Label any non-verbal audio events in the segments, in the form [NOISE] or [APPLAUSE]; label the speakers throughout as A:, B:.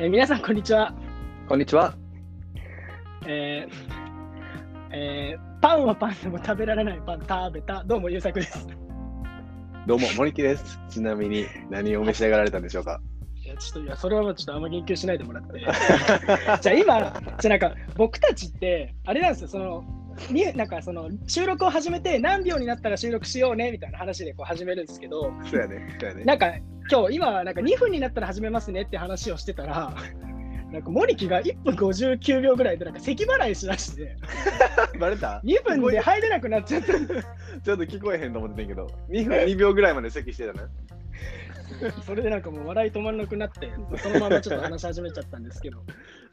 A: えー皆さん、こんにちは。
B: こんにちは。
A: えーえーパンはパンでも食べられないパン食べた。どうも、ゆうさくです。
B: どうも、森木です。ちなみに何を召し上がられたんでしょうか。
A: いや、ちょっと、いや、それはもうちょっとあんま言及しないでもらって。じゃあ、今、じゃあなんか、僕たちって、あれなんですよ、その、になんかその収録を始めて何秒になったら収録しようねみたいな話でこう始めるんですけど
B: そうやね。そうやね。
A: なんか今日今はなんか2分になったら始めますねって話をしてたらなんかモリキが1分59秒ぐらいでなんか咳払いしだして
B: バレた？
A: 2分で入れなくなっちゃった
B: ちょっと聞こえへんと思ってんけど、2分2秒ぐらいまで席してたね。
A: それでなんかもう笑い止まらなくなって、そのままちょっと話し始めちゃったんですけ
B: [LAUGHS]
A: ど、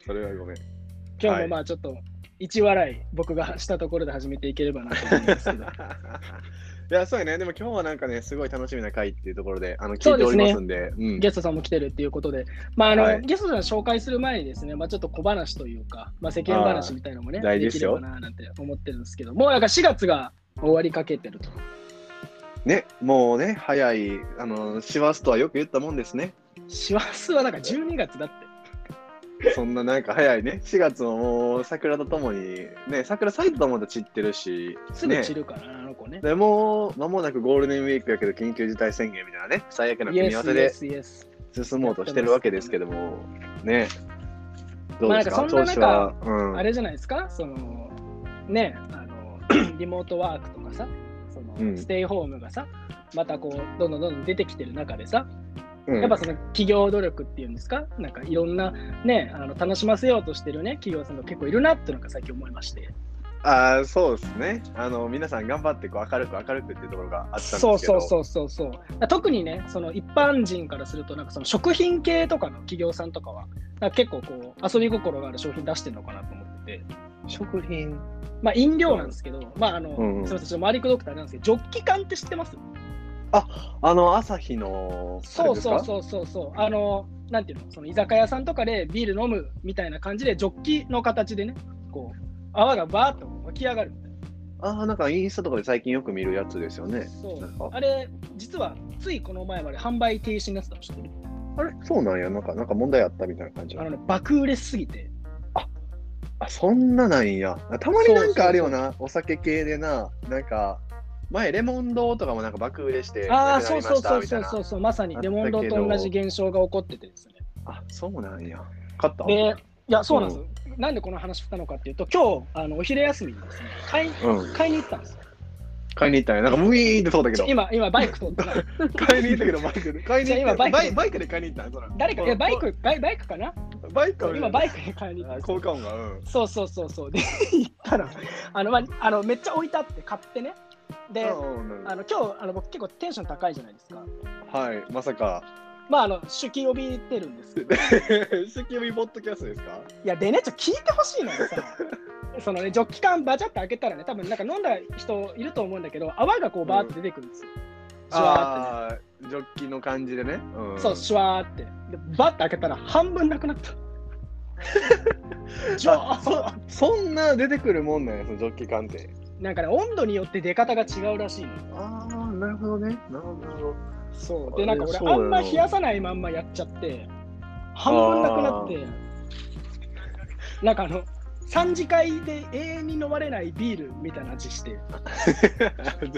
B: それはごめ
A: [LAUGHS]
B: ん。
A: 今日もまあちょっと、一笑い、僕がしたところで始めていければなと思
B: [LAUGHS]
A: うんですけど、
B: いや、そうやね。でも今日はなんかね、すごい楽しみな回っていうところで、あの
A: そ
B: 聞
A: う
B: い
A: で
B: てお
A: す
B: り
A: ね
B: ますんで、うん
A: ゲストさんも来てるっていうことで、まああの
B: はい
A: ゲストさん紹介する前にですね、まあ、ちょっと小話というか、まあ、世間話みたいなのもね、
B: あー大事
A: で
B: で
A: き
B: す
A: れ
B: よ
A: ばななんて思ってるんですけど、もうなんか4月が終わりかけてると。
B: ね、もうね、早いあの師走とはよく言ったもんですね。
A: 師走はなんか12月だって。
B: そんななんか早いね。4月ももう桜とともにね、桜咲いたと思ったら散ってるし、
A: すぐ
B: ね
A: 散るからな、あの子ね。
B: でもう間もなくゴールデンウィークやけど緊急事態宣言みたいなね、最悪の
A: イ
B: 組
A: エ
B: み合わ
A: ス
B: せ
A: イエ
B: で
A: スイエス。
B: 進もうとしてるわけですけども、ね、どう
A: まあ
B: です
A: な
B: か、
A: んかそんな中
B: 調子は。うん
A: あれじゃないですか、そのねあの [CLEARS THROAT] リモートワークとかさ、その
B: うん
A: ステイホームがさ、またこうどんどんどんどん出てきてる中でさ、
B: うん
A: やっぱその企業努力っていうんですか、なんかいろんなねあの楽しませようとしてるね企業さんが結構いるなっていうのが最近思いまして、
B: あーそうですねあの、皆さん頑張ってこう明るく明るくっていうところがあったんですけど、
A: そうそうそうそうそう、だから特にねその一般人からするとなんかその食品系とかの企業さんとかは、なんか結構こう遊び心がある商品出してるのかなと思ってて。
B: 食品。
A: まあ、飲料なんですけど、まああの
B: うんうん
A: すみません、ちょっと周りくどくてあれなんですけど、ジョッキ缶って知ってます
B: あの、朝日の、
A: そうそう
B: う。
A: そうそうそうあのなんていうのその居酒屋さんとかでビール飲むみたいな感じでジョッキの形でねこう泡がバーッと湧き上がるみたい
B: ああ、なんかインスタとかで最近よく見るやつですよ
A: な、
B: ね。
A: そ
B: なん
A: う
B: か
A: あれ実はついこの前まで販売停止になってたの知ってる
B: あれそうなんや、なんかなんか問題あったみたいな感じ
A: あのね爆売れすぎて
B: あそんななんや。たまになんかあるよな、お酒系でな、なんか、前、レモン堂とかもなんか爆売れして、
A: ああ
B: なく
A: そう
B: なりま
A: そう
B: した
A: そう
B: みた
A: そそ
B: いうな
A: うそうまさに
B: あった
A: レ
B: けど
A: モンドと同じ現象が起こっててですね
B: あ、そうなんや。勝った
A: でいやそうなんですよ、なんでこの話したのかっていうと今日あのお昼休みにですね買い
B: うん。
A: 買いに行ったんですよ
B: 買いに行ったんや。なんか、ウィーンってそうだけ
A: ち
B: ど
A: ょ。今今バイク通ってない
B: [LAUGHS] 買いに行ったけど、バイクで。買いに行っ
A: [LAUGHS] じゃあ
B: た
A: 今バイク
B: バイバイクで買いに行ったんそら
A: 誰かいやバイ。クバイバイクかな
B: バイク
A: 今バ
B: イ
A: イクで買いに行ったんですよ
B: 効果音が、うん。
A: そうそうそうそうで行ったらあの、まあ、あのめっちゃ置いてあって買ってねで、
B: うんうんうん
A: あの今日あの僕結構テンション高いじゃないですか
B: はい、まさか。 [LAUGHS]
A: まああの酒気帯びてるんですけどい
B: 石油ビポッドキャストですか
A: やでねちょっと聞いてほしいの [LAUGHS] よさそのねジョッキ缶バチャって開けたらね多分なんか飲んだ人いると思うんだけど泡がこうバーって出てくるんですよ、シュワーってね
B: ああー、ジョッキの感じでね。ん
A: そうシュワーってでバッて開けたら半分なくな [LAUGHS] ったじゃあ
B: そそんな出てくるもんなんや、そのジョッキ鑑定。
A: なんかね温度によって出方が違うらしいのよ
B: ああ、なるほどね。なるほど。
A: そう
B: あ
A: でなんか
B: で
A: 俺
B: もそう
A: あ
B: だよ
A: んま冷やさないまんまやっちゃって半分なくなってなんかあの3次会で永遠に飲まれないビールみたいな味して
B: [LAUGHS]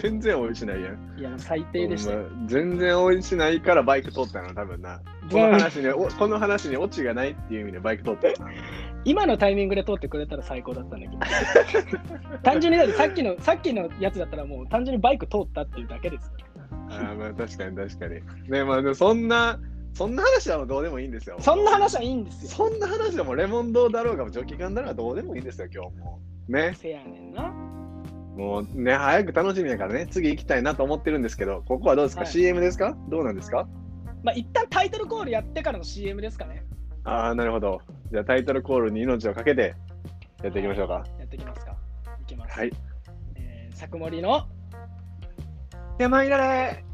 B: 全然美味しないやん。
A: いや最低でしたよ、
B: ほんま全然美味しないからバイク通ったの、多分な。この話に、おこの話にオチがないっていう意味でバイク通ったよな。
A: 今のタイミングで通ってくれたら最高だったん
B: [LAUGHS]
A: だけど単純にだってさっきのさっきのやつだったらもう単純にバイク通ったっていうだけですよ
B: あーまあ確かに確かに。ねまあでもそんなそんな話はもうどうでもいいんですよ。
A: そんな話はいいんですよ
B: そんな話はもうレモン堂だろうがジョッキ缶だろうがどうでもいいんですよ今日も。ね
A: せやねんな
B: もうね早く楽しみやからね次行きたいなと思ってるんですけどここはどうですか、
A: はい
B: CM ですかどうなんですか
A: まあ一旦タイトルコールやってからの CM ですかね
B: ああなるほど。じゃあタイトルコールに命をかけてやっていきましょうか。
A: やっていきますかいきます
B: はい。
A: えー、サクモリの
B: 山いられ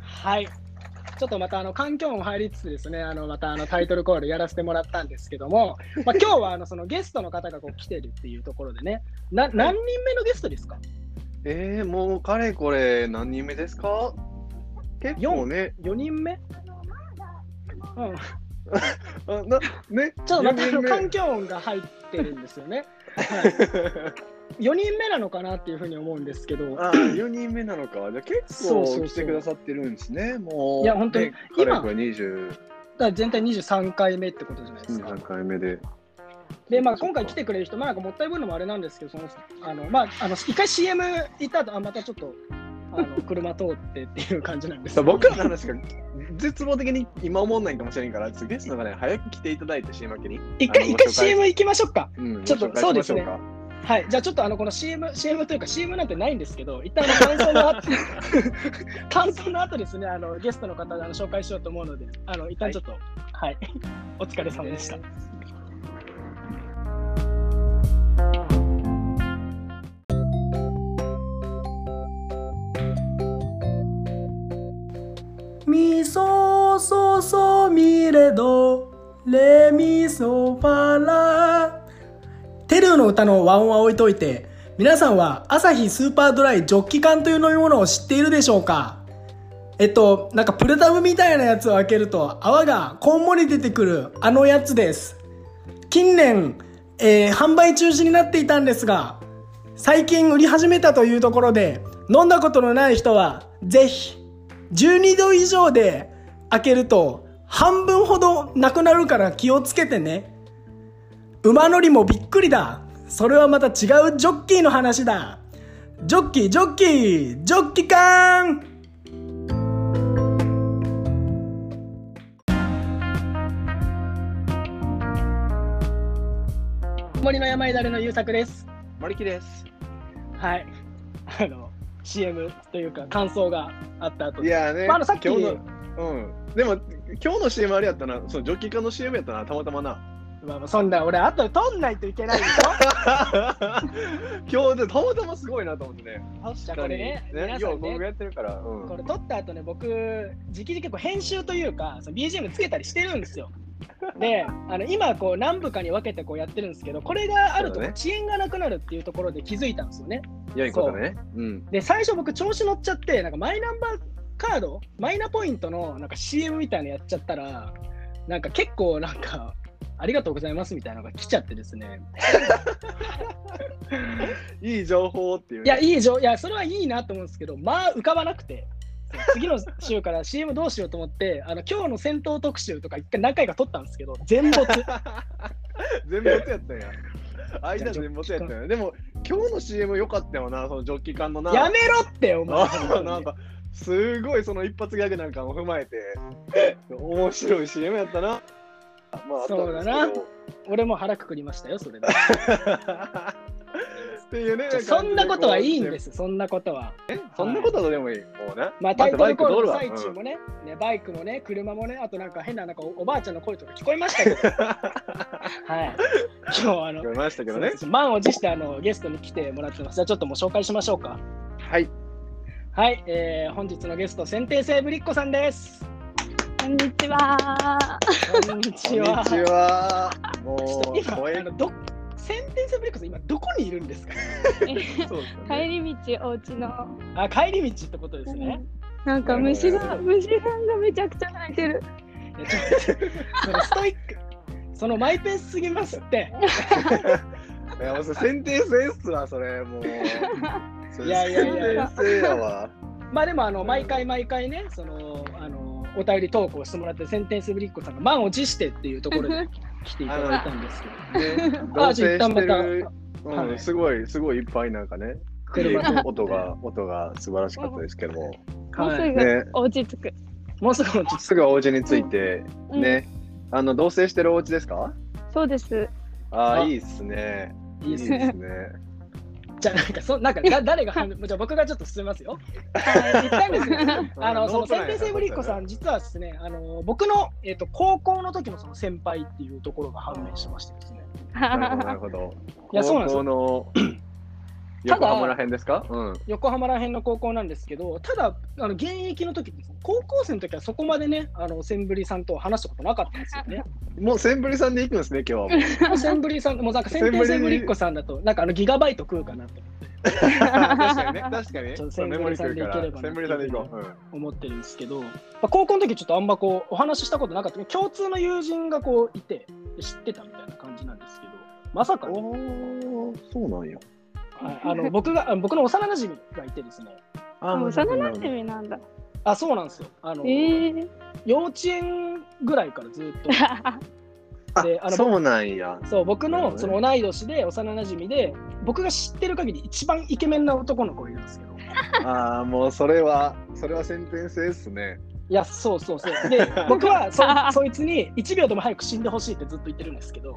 A: はい。ちょっとまたあの環境も入りつつですね、あのまたあのタイトルコールやらせてもらったんですけど
B: [LAUGHS]
A: も、まあ、今日はあのそのゲストの方がこう来てるっていうところでね、な何人目のゲストですか
B: えー、もうかれこれ何人目ですか結構ね
A: ?4 人目うん、
B: あなね、
A: ちょっとまたあ
B: 四
A: の
B: 人目
A: 環境音が入ってるんですよ
B: [LAUGHS]
A: ね。はい、4人目なのかなっていうふうに思うんですけど、
B: あ4人目なのか、じゃあ結
A: そうそうそ
B: 構
A: う
B: 来てくださってるんですね、もう。
A: いや本当に
B: ね、かれこれ20
A: だから全体23回目ってことじゃないですか。
B: 23回目で。
A: で、まあ、今回来てくれる人、まあ、なんかもったいぶるのもあれなんですけど、そのあのまあ、あの一回 CM 行った後あまたちょっとあ
B: [LAUGHS]
A: の車通ってっていう感じなんですけ
B: さ
A: ど
B: 僕らの話が絶望的に今思わないかもしれんから、ちょっとゲストの方に早く来ていただいて、CM 明けに。
A: 一回、
B: あの
A: 一回
B: ご紹介
A: CM 行きましょうか。
B: うん
A: ちょっと
B: ご紹介しまし
A: そ
B: ょうか
A: はい、じゃあちょっとあのこの CM、CM というか CM なんてないんですけど、一旦あの感想の後、感想の後ですね、あのゲストの方であの紹介しようと思うので、あの一旦ちょっと、はい、お疲れ様でした。
C: みそそそみれどレミソファラテルーの歌の和音は置いといて皆さんはアサヒスーパードライジョッキ缶という飲み物を知っているでしょうかえっとなんかプレタブみたいなやつを開けると泡がこんもり出てくるあのやつです近年、えー販売中止になっていたんですが最近売り始めたというところで飲んだことのない人はぜひ12度以上で開けると半分ほどなくなるから気をつけてね馬乗りもびっくりだそれはまた違うジョッキーの話だジョッキージョッキージョッキ缶
A: 森の山いだれのゆうたくです。
B: 森木です。
A: はい、あの CM というか感想があった後
B: い
A: で、
B: やーね、
A: まああのさっき
B: 今日の、うん、でも今日の CM あれやったな、そのジョッキ缶の CM やったな、たまたまな。 [LAUGHS]
A: まあまあ、そんな俺後で取んないといけないでしょ。
B: 今日でたまたますごいなと思ってね。
A: じゃあこれね、
B: ね
A: 皆さ
B: 要は
A: ん
B: 僕
A: ね
B: が。やってるから。うん
A: これ撮った後ね、僕、直々こう編集というか、その BGM つけたりしてるんです
B: [LAUGHS]
A: よ。で、あの今こう、何部かに分けてこうやってるんですけど、これがあると
B: そうだね
A: 遅延がなくなるっていうところで気づいたんですよね。
B: 良いことね。うん。
A: で、最初僕、調子乗っちゃって、なんかマイナンバーカード、マイナポイントのなんか CM みたいなのやっちゃったら、なんか結構、なんか、ありがとうございますみたいなのが来ちゃってですね。
B: いい情報っていうね。
A: いや、いいじょいや、それはいいなと思うんですけど、まあ、浮かばなくて、次の週から CM どうしようと思って、あの今日の戦闘特集とか、一回何回か撮ったんですけど、全
B: [LAUGHS]
A: 没。
B: 全部やつやった
A: [LAUGHS]
B: んや。間全部やったんや。でも今日の CM 良かったよな、そのジョッキ缶のな。
A: やめろって、お前。
B: あ [LAUGHS] なんかすごいその一発ギャグなんかも踏まえて面白い CM やったな。まあ、
A: そうだな
B: あったんです
A: 俺も腹くくりましたよ、
B: [LAUGHS]
A: それで。
B: けどっていうね。。
A: ちょそんなことはいいんですす、そんなことは。
B: そんなことはどうでもいい。もうね。
A: まあ、タイトルコールの
B: バイ
A: 最
B: ク
A: 中
B: 通るわ
A: もね、ねバイクもね、車もね、あとなんか変ななんかおおばあちゃんの声とか聞こえま
B: [LAUGHS]
A: したけど、はい。今日あの
B: うん、聞、こえましたけどね。
A: そう満を持してあのゲストに来てもらってます。じゃあ、ちょっともう紹介しましょうか。
B: はい。
A: はい、えー、本日のゲスト、選定生ぶりっ子さんです。
D: こんにちは。
A: こんに
B: こん
A: ち
B: にち
A: は。
B: は。
A: ち
B: も
A: ょっと
B: う
A: 今、あ
B: 声が
A: のど選定生ぶりっ子さん、今どこにいるんですか、
B: そうですよ
D: 帰
B: ね。
D: り道お家の、
A: あ、帰り道ってことですね。
D: なんか虫が虫さんがめちゃくちゃ鳴いてる。
A: いやちょっとそのストイック、そのマイペースすぎますって。
B: いやもうそれ選定制っすわそ
A: [LAUGHS]
B: れもう。それ
A: いやいやいやいや
B: 選定制やわ。
A: まあでも、あの毎回毎回ね、そのあのお便り投稿してもらって、選定生ぶりっ子さんが満を持してっていうところで来ていただいたんですけど、
B: ね、
A: [LAUGHS] あ
B: 同
A: じゃあ
B: 棲
A: 一旦
B: し
A: ま
B: て
A: た
B: る、
A: は
B: う
A: い
B: ん、すごいすごいいっぱいなんかね
A: 車と
B: 音が音が素晴らしかったですけども、
D: [LAUGHS] もう
A: はい
D: す
B: ね
D: ぐお家着く。
A: もうすぐ落ち着
B: すぐお家に着いて、
D: うん、
B: ねあの同棲してるお家ですか
D: そうです。
B: あ
A: あ
B: あいいっすね
A: くいいですね。
B: ね
A: じゃあなんかそなんかだ誰が反 [LAUGHS] 応じゃあ僕がちょっと進めますよ。はい、言ったんです [LAUGHS] ね。 [LAUGHS] あのその先輩生ぶりっ子さん実はですねあの僕のえっ、と高校の時のその先輩っていうところが判明しましてですね。
B: なるほどなるほど
A: [CLEARS THROAT] いやそうなんです
B: 高校の
A: た
B: 横
A: だ
B: 浜ら辺ですかうん。
A: 横浜ら辺の高校なんですけど、ただ、あの現役の時って、高校生の時はそこまでね、あのセンブリさんと話したことなかったんですよ [LAUGHS] ね。
B: もうセンブリさんで行くんですね、今日は
A: [LAUGHS]
B: もう。
A: センブリさん、もうなんか
B: セン
A: 先
B: ブリ
A: 輩センブリっ子さんだと、なんかあのギガバイト食うかなと
B: 確かにね、確かにね。
A: ち
B: そ
A: ょっと
B: うメモリ来るか
A: センブリさんで行ければ
B: ら。
A: な
B: センブリさんで行こう。うん
A: 思ってるんですけど、まあ、高校の時ちょっとあんまこうお話ししたことなかったけど、共通の友人がこういて、知ってたみたいな感じなんですけど、まさかね、
B: おー、そうなんや。
A: はいあの僕があの僕の幼馴染がいてですね、
B: あ
D: [LAUGHS] あ
B: ー
D: 幼なじみなんだ。
A: あ、そうなんですよ。あの、
D: ええ。
B: [LAUGHS]
A: 幼稚園ぐらいからずっと。
B: あ
A: であの
B: そうなんや。
A: そう僕
B: なるほど
A: のその
B: ね
A: 同い年で幼なじみで僕が知ってる限り一番イケメンな男の子いるんですけど
B: ああ、もうそれは、それは先天性ですね。
A: いやそうそうそうで僕はそそいつに1秒でも早く死んでほしいってずっと言ってるんですけど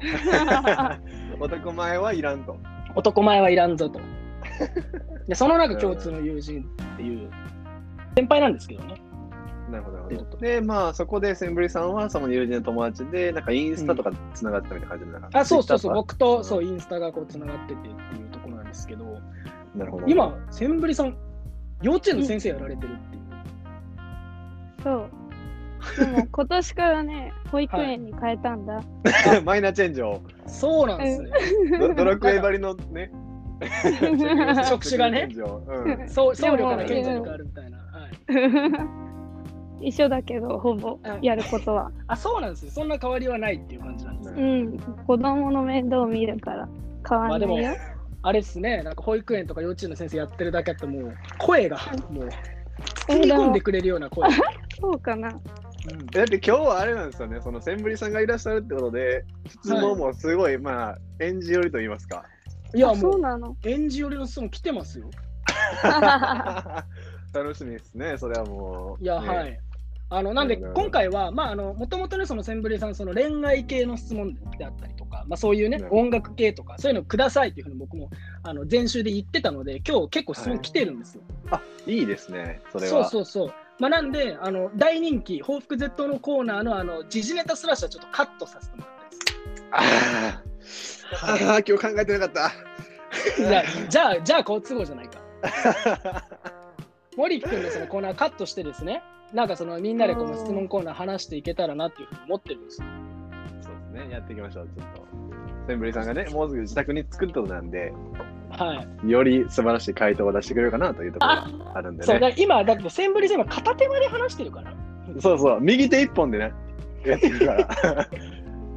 B: 男前はいらんと。
A: 男前はいらんぞとでその中共通の友人っていう先輩なんですけどね
B: なるほど、なるほど。で、まあ、そこでセンブリさんはその友人の友達で、なんかインスタとかつながってたみたいな感じなのかな
A: あそうそうそう。
B: Twitter とか
A: 僕とそうインスタがこうつながっててっていうところなんですけど
B: なるほど。
A: 今センブリさん幼稚園の先生やられてるっていう、
D: そう。でも今年からね、保育園に変えたんだ。
B: [LAUGHS] マイナーチェンジを。
A: そうなんですね
B: ドドラクエばりのね。
A: [LAUGHS] 職種がね
B: チェンジをうん
A: そう僧侶から賢者に変わるみたいな、はい、
D: 一緒だけど、ほぼ
A: うん
D: やることは。
A: あそうなんですよそんな変わりはないっていう感じなんですね、
D: うん。子供の面倒を見るから変わんない
A: まあ
D: よ。
A: あれですねなんか保育園とか幼稚園の先生やってるだけあってもう声がもう包み込んでくれるような声、
D: そうかな。
B: だって今日はあれなんですよね、そのセンブリさんがいらっしゃるってことで、質問もすごい、まあ、演じ寄りと言いま
A: [LAUGHS]
B: すか。
A: いや
D: あそ
A: も
D: う
A: う
D: なの。
A: 園児寄りの質問来てますよ
B: 楽しみですね、それはもう。
A: いや、
B: ね
A: は。いあのなんで
B: なるほど
A: 今回はまああのもともとねそのセンブリさんその恋愛系の質問であったりとか、まあ、そういうね
B: なるほど
A: 音楽系とかそういうのくださいっていうふうに僕もあの前週で言ってたので今日結構質問来てるんですよ、
B: あいいですね、それ
A: そう
B: は。
A: そうそう。まあ、なんで、あの大人気、報復 Z のコーナーのあの時事ネタスラッシュはちょっとカットさせてもらったんです。
B: [LAUGHS] あーあー、今日考えてなか
A: じゃあ、じゃあ、じゃあ、好都合じゃないか。 [LAUGHS]
B: った。
A: 森木君のそのコーナーカットしてですね、なんかそのみんなでこの質問コーナー話していけたらなっていうふうに思ってるんですよ。
B: そうですね、やっていきましょう、ちょっと。センブリさんがね、もうすぐ自宅に作るってことなんで、
A: はい。
B: より素晴らしい回答を出してくれるかなというところがあるんで
A: そう、だか
B: ね。
A: ら今、だってセンブリさんは片手間で話してるから。
B: そうそう、右手一本でね、やっていく [LAUGHS] から。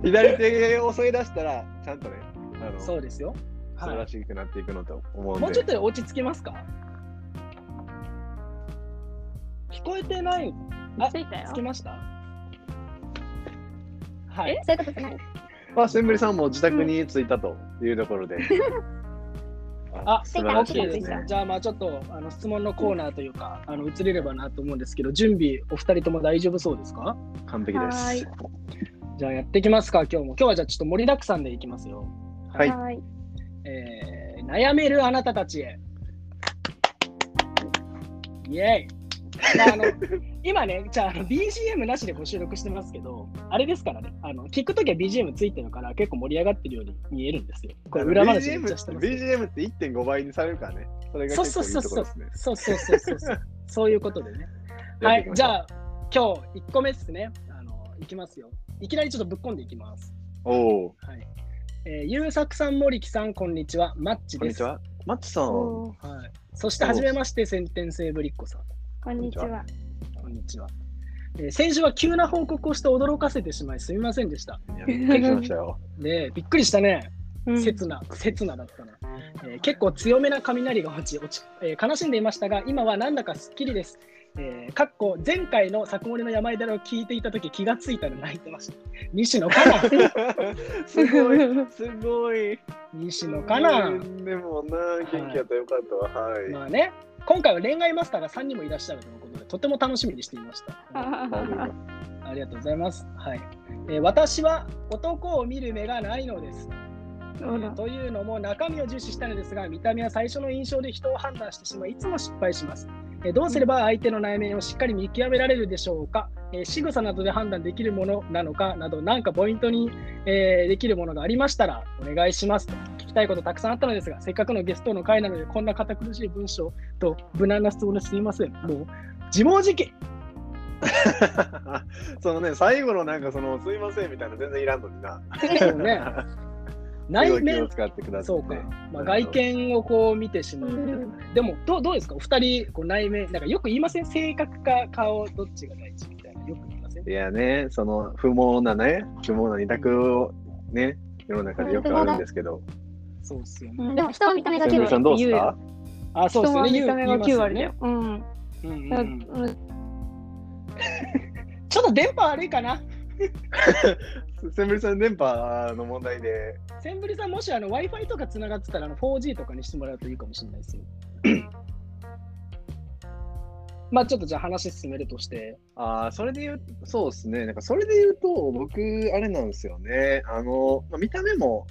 B: 左手を添え出したら、ちゃんとね、あの、
A: そうですよ。
B: 素晴
A: は
B: らしくなっていくのと思う
A: い。
B: んで。
A: もうちょっとで落ち着きますか聞こえてないあ
D: ついたよ
A: つき。ましたはい。
D: え、そういうことじゃない。
B: まあ、センブリさんも自宅に着いたというところで。 [LAUGHS]
A: あ、
B: 素晴らしいで
A: ですす
B: ね
A: ね。。じゃあ、まあちょっとあの質問のコーナーというか、あの移れればなと思うんですけど、準備、お二人とも大丈夫そうですか
B: 完璧で
D: はーい
B: す。
A: じゃあ、やっていきますか、今日も。今日はじゃあ、ちょっと盛りだくさんでいきますよ。
B: はい。
D: はい。
A: えー、悩めるあなたたちへ。イェイ、ま
B: [LAUGHS]
A: あ、あの今ね、じゃああの BGM なしでご収録してますけど、あれですからね、あの聞くときは BGM ついてるから、結構盛り上がってるように見えるんですよ。これ、裏話めっ
B: BGM
A: ちゃしてますけど。
B: BGM って1.5倍にされるからね。それが
A: そう
B: 結
A: そう
B: 構
A: そ
B: いいうとこ
A: そ
B: ろ
A: う
B: ですね。
A: そうそうそうそうそう。そういうことでね。はい、じ
B: あ。
A: ゃあ今日1個目ですね。あのいきますよ。いきなりちょっとぶっこんでいきます。
B: おお、
A: はい。えー、ゆうさくさん、森木さん、こんにちは。マッチ
B: こん
A: で
B: に
A: す。
B: ちは。マッチさん。
D: おー
A: は。い。そして、はじめまして、先天性ぶりっ子さん。
D: こんにちは。
A: こんにちは。えー先週は急な報告をして驚かせてしまいすみませんでした。
B: いやびっくりしましたよ。
A: ねえびっくりしたね。
D: うん
A: 刹那、刹那だったな、えー結構強めな雷が落ち落ち、えー悲しんでいましたが、今はなんだかすっきりです。えー、かっこ前回の作森の山枝を聞いていたとき気がついたら泣いてました。西野かな
B: [LAUGHS]
D: [LAUGHS]
B: すごい、すごい。
A: 西野かな
B: でもな、元気やったらよかったわ。はい。
A: まあね、今回は恋愛マスターが3人もいらっしゃるということで、とても楽しみにしていました。ありがとうございます。はいえー私は男を見る目がないのです。
D: ほら。
A: というのも中身を重視したのですが見た目は最初の印象で人を判断してしまいいつも失敗しますえーどうすれば相手の内面をしっかり見極められるでしょうかえー仕草などで判断できるものなのかなど、なんかポイントに、えーできるものがありましたら、お願いしますと。聞きたいことたくさんあったのですが、せっかくのゲストの会なので、こんな堅苦しい文章と無難な質問ですみません。もう、自問自答。
B: [LAUGHS] そのね、最後のなんかその、すいませんみたいな全然いらんのにな。
A: そうね
B: すご
A: 内
B: い気を
A: 面、
B: 使ってくださ
A: そ
B: っ
A: う
B: て
A: か
B: ね。。
A: まあ、外見をこう見てしまう。でもどう、どうですかお二人、こう内面、なんかよく言いません性格か顔、どっちが大事みたいな。よく言いません
B: いやね、その不毛なね、不毛な二択をね、世の中でよくあるんですけど。
A: そうっすよね。
D: うん
E: でも人は見た目が9
B: センブ
E: 割
B: さんどうですか
A: あ、そうっ
D: 人
A: すよ
D: は
A: ね。
D: 見た
A: 言
D: 目が
A: う言います
D: 9
A: よ
D: 割だ
A: ね
D: よ。。うん。
A: うんうん
D: だ
A: うんちょっと電波悪いかな。
B: センブリさん電波の問題で。
A: センブリさん、もしあの Wi-Fi とか繋がってたらあの 4G とかにしてもらうといいかもしれないですよ。まあちょっとじゃあ話進めるとして、
B: ああ、それで言う、そうですね。なんかそれで言うと、僕、あれなんですよね。あの、まあ、見た目も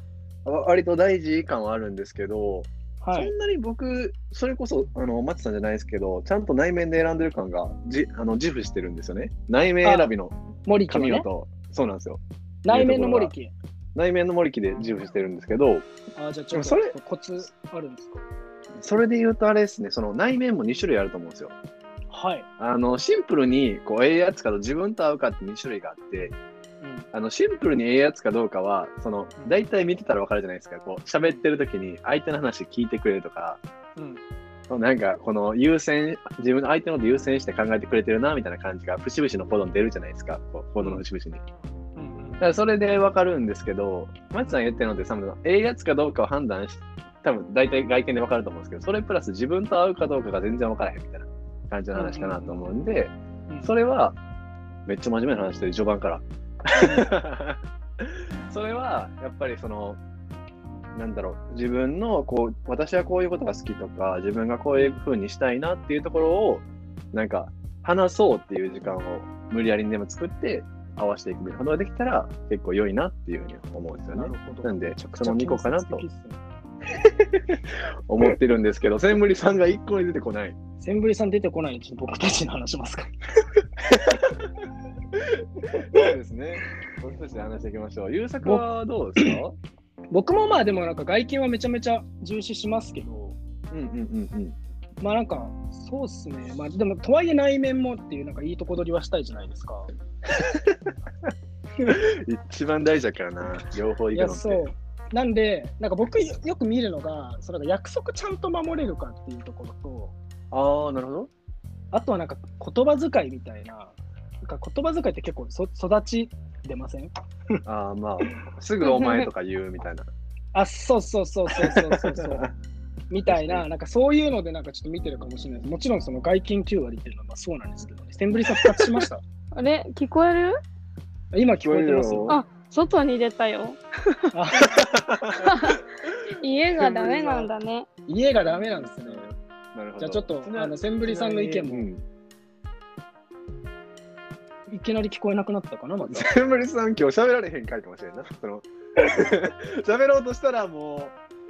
B: わ割と大事感はあるんですけど、
A: は
B: そ
A: い。
B: んなに僕、それこそ、あの、松さんじゃないですけど、ちゃんと内面で選んでる感が、じあの自負してるんですよね。内面選びの
A: 森木は
B: 髪
A: ね
B: 型、をそうなんですよ。
A: 内面の森木。
B: 内面の森木で自負してるんですけど、
A: あじゃあちょっ
B: それ
A: とコツあるんですか
B: それで言うとあれですね、その内面も2種類あると思うんですよ。
A: はい。
B: あの、シンプルに、こう、ええやつかと自分と合うかって2種類があって、
A: うん
B: あの、シンプルにええやつかどうかは、その、大体見てたらわかるじゃないですか。こう、喋ってる時に相手の話聞いてくれるとか、
A: うん
B: なんか、この優先、自分の相手のこと優先して考えてくれてるな、みたいな感じが、節々のポドに出るじゃないですか。こうポドの節々に。
A: うん
B: だからそれでわかるんですけど、マチさん言ってるので、多分ええやつかどうかを判断し、多分大体外見でわかると思うんですけど、それプラス自分と合うかどうかが全然わからへんみたいな感じの話かなと思うんで、
A: うん
B: それは、めっちゃ真面目な話で、序盤から。 [LAUGHS] それは、やっぱりその、なんだろう、自分のこう、私はこういうことが好きとか、自分がこういうふうにしたいなっていうところを、なんか、話そうっていう時間を無理やりにでも作って、合わせていくみたいなことができたら、結構良いなっていうふうに思うんですよ
A: な
B: ね
A: る。ほ
B: な
A: ど。
B: んで、その2個かなと
A: めちゃくちゃ建設的っすね
B: 思ってるんですけど、センブリさんが1個に出てこない。
A: センブリさん出てこないので、ちょっと僕たちの話しますか。 [LAUGHS]
B: そうですね。僕たちで話していきましょう。優作はどうですか
A: 僕もまあでもなんか外見はめちゃめちゃ重視しますけど、
B: うんうんうん
A: まあなんか、そうっすね。まあでも、とはいえ内面もっていう、なんかいいとこ取りはしたいじゃないですか。
B: うん。一番大事だからな、両方
A: い
B: いく
A: や、
B: のって。
A: そう。なんで、なんか僕よく見るのが、その約束ちゃんと守れるかっていうところと、
B: ああ、なるほど。
A: あとはなんか言葉遣いみたいな、なんか言葉遣いって結構そ育ち出ません
B: ああ、ま
A: [LAUGHS]
B: あ、すぐお前とか言うみたいな。
A: あ、そうそうそうそうそうそう [LAUGHS] そう。みたい
B: 確か
A: な、なんかそういうのでなんかちょっと見てるかもしれないです。もちろんその外見9割っていうのはまあそうなんですけどね。センブリさん復活しま [LAUGHS] した。
D: あれ聞こえる
A: 今 [LAUGHS] 聞こえてます
B: 聞こ
A: よ。
D: あ外に出
A: [LAUGHS]
D: たよ。
A: あ
D: 家がダメなんだね。
A: 家がダメなんですね。
B: なるほど。
A: じゃあちょっと、
B: ちな
A: あの、センブリさんの意見も。
B: うん
A: いきなり聞こえなくなったかな、まず。
B: センブリさん、今日喋られへん回かもしれんな。その [LAUGHS] 喋ろうとしたらもう、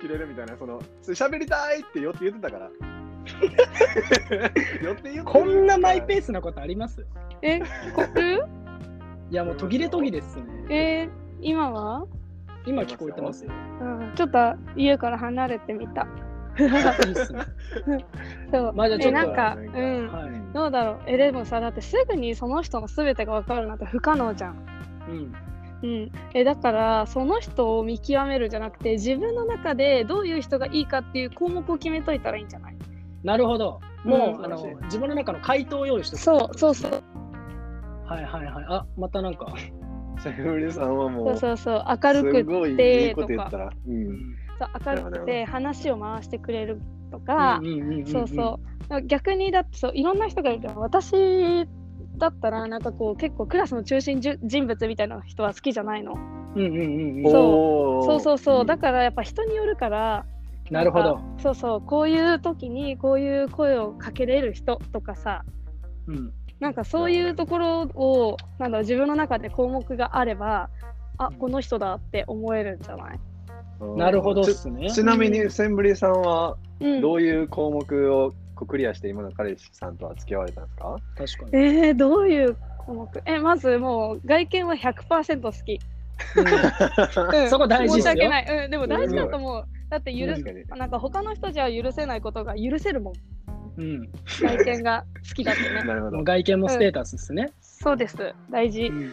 B: 切れるみたいな、その、喋りたいってよって言ってたから。 [LAUGHS] よって言って
A: [LAUGHS] こんなマイペースなことあります
D: え、聞こえる
A: いや、もう途切れ途切れっすね。
D: えー、今は
A: 今聞こえてますよ。
D: うん、ちょっと家から離れてみた。
A: いいっすね。
D: そう。
A: まあじゃあちょ
D: え、
A: っと
D: なんか、
B: なんか
D: うん。
A: はい。
D: どうだろうえ、でもさ、だってすぐにその人の全てが分かるなんて不可能じゃん。
A: うん。
D: うん。え、だから、その人を見極めるじゃなくて、自分の中でどういう人がいいかっていう項目を決めといたらいいんじゃない
A: なるほど。もう、
D: うん
A: あの、自分の中の回答を用意して
D: そう、そうそう。
A: はいはいはい。あ、またなんか。
B: センブリさんはも、
D: そうう
B: す
D: そうそう。明るく
B: ごいい
D: て
B: いことと言った
D: か、
B: ら。う。
A: うんん
D: そう明るくて話を回してくれるとか、
A: うんうんんん
D: そうそう。逆にだってそういろんな人がいるけど私だったらなんかこう結構クラスの中心じゅ人物みたいな人は好きじゃないの。
A: うんうんうんうん。
B: そ
D: そうそうそう。だ
B: か
D: からやっぱ人によるから。
A: なるほ
D: な
A: ど
D: ん。か。そうそう。こういう時にこういう声をかけれる人とかさ。
A: うん。
D: なんかそういうところをなんだろう自分の中で項目があればあこの人だって思えるんじゃない、
A: なるほどっすね
B: ち。ちなみに、センブリさんは
D: うん、
B: どういう項目を個クリアして今の彼氏さんとは付き合われたんですか
A: 確かに。
D: えー、どういう項目え、まずもう外見は100%好き。うん
A: そこ大事
D: 申
A: で
D: し
A: すよ
D: 訳ない。うん、でも大事だと思う。だって許
B: 確
D: す、
B: かに。
D: なんか他の人じゃ許せないことが許せるもん。 [LAUGHS]
A: うん。
D: 外見が好きだってね。
B: なるほど。
A: 外見もステータスですね。
D: [LAUGHS] そうです。大事
A: う。ん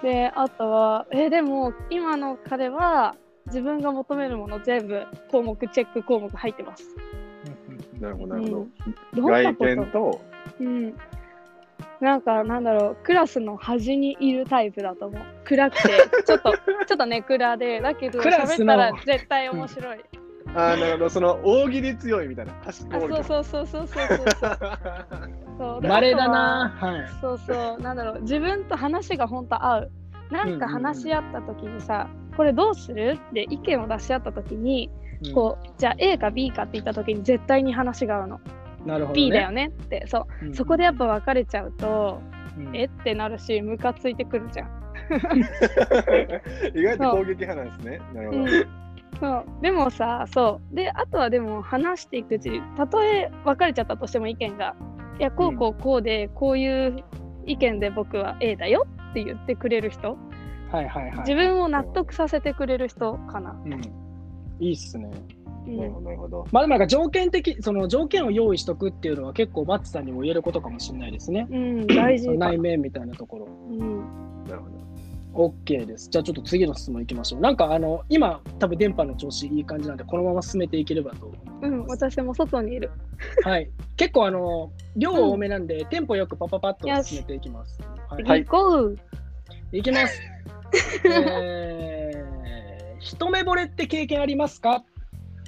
D: で、あとは、えーでも今の彼は自分が求めるもの全部項目、チェック項目入ってます。
B: なるほど、なるほど。
D: どんな
B: 外
D: こ
B: 見
D: と
B: と、
D: うん。なんか、なんだろう、クラスの端にいるタイプだと思う。暗
A: [LAUGHS]
D: くて、ちょっと、ちょっとね、暗で、だけど、
A: クラス
D: 喋っ
A: の
D: たら絶対面白い。
B: ああ、なるほど。その、大喜利強いみたいな。端っこ
D: あ、
B: みた
D: そ
B: いうな
D: [LAUGHS] そうそうそうそ
A: [LAUGHS]
D: うそうそう。そうで
A: まれだな。はい
D: あ。とはそうそう、なんだろう、自分と話が本当合う。なんか話し合った時にさ、これどうするって意見を出し合った時に、
A: うん
D: こう、じゃあ A か B かって言った時に絶対に話が合うの。
A: なるほどね。
D: B だよねって、そう。
A: うん
D: そこでやっぱ別れちゃうと、
A: うん
D: えってなるし、ムカついてくるじゃん。
B: 意外と攻撃派なんですね。なるほど。
D: そうでもさそうであとはでも話していくうちにたとえ別れちゃったとしても意見がいやこうこうこうで、こういう意見で僕は A だよって言ってくれる人
A: はいはいはい。
D: 自分を納得させてくれる人かな、
A: うんいいっすね。
D: う
B: なるほ
D: ん、
B: ど、なるほど。
A: まあでもなんか条件的、その条件を用意しとくっていうのは結構マッツさんにも言えることかもしれないですね。
D: うん、大事
A: その
D: か
A: 内面みたいなところ。
D: うん、
B: なるほど。
A: OK です。じゃあちょっと次の質問いきましょう。なんかあの、今多分電波の調子いい感じなんで、このまま進めていければと。
D: うん、私も外にいる
A: はい。結構あの、量多めなんで、テンポよくパパパッと進めていきます。はい。
B: はい
D: 行こう
A: いき [LAUGHS] ます。えー、一目惚れって経験ありますか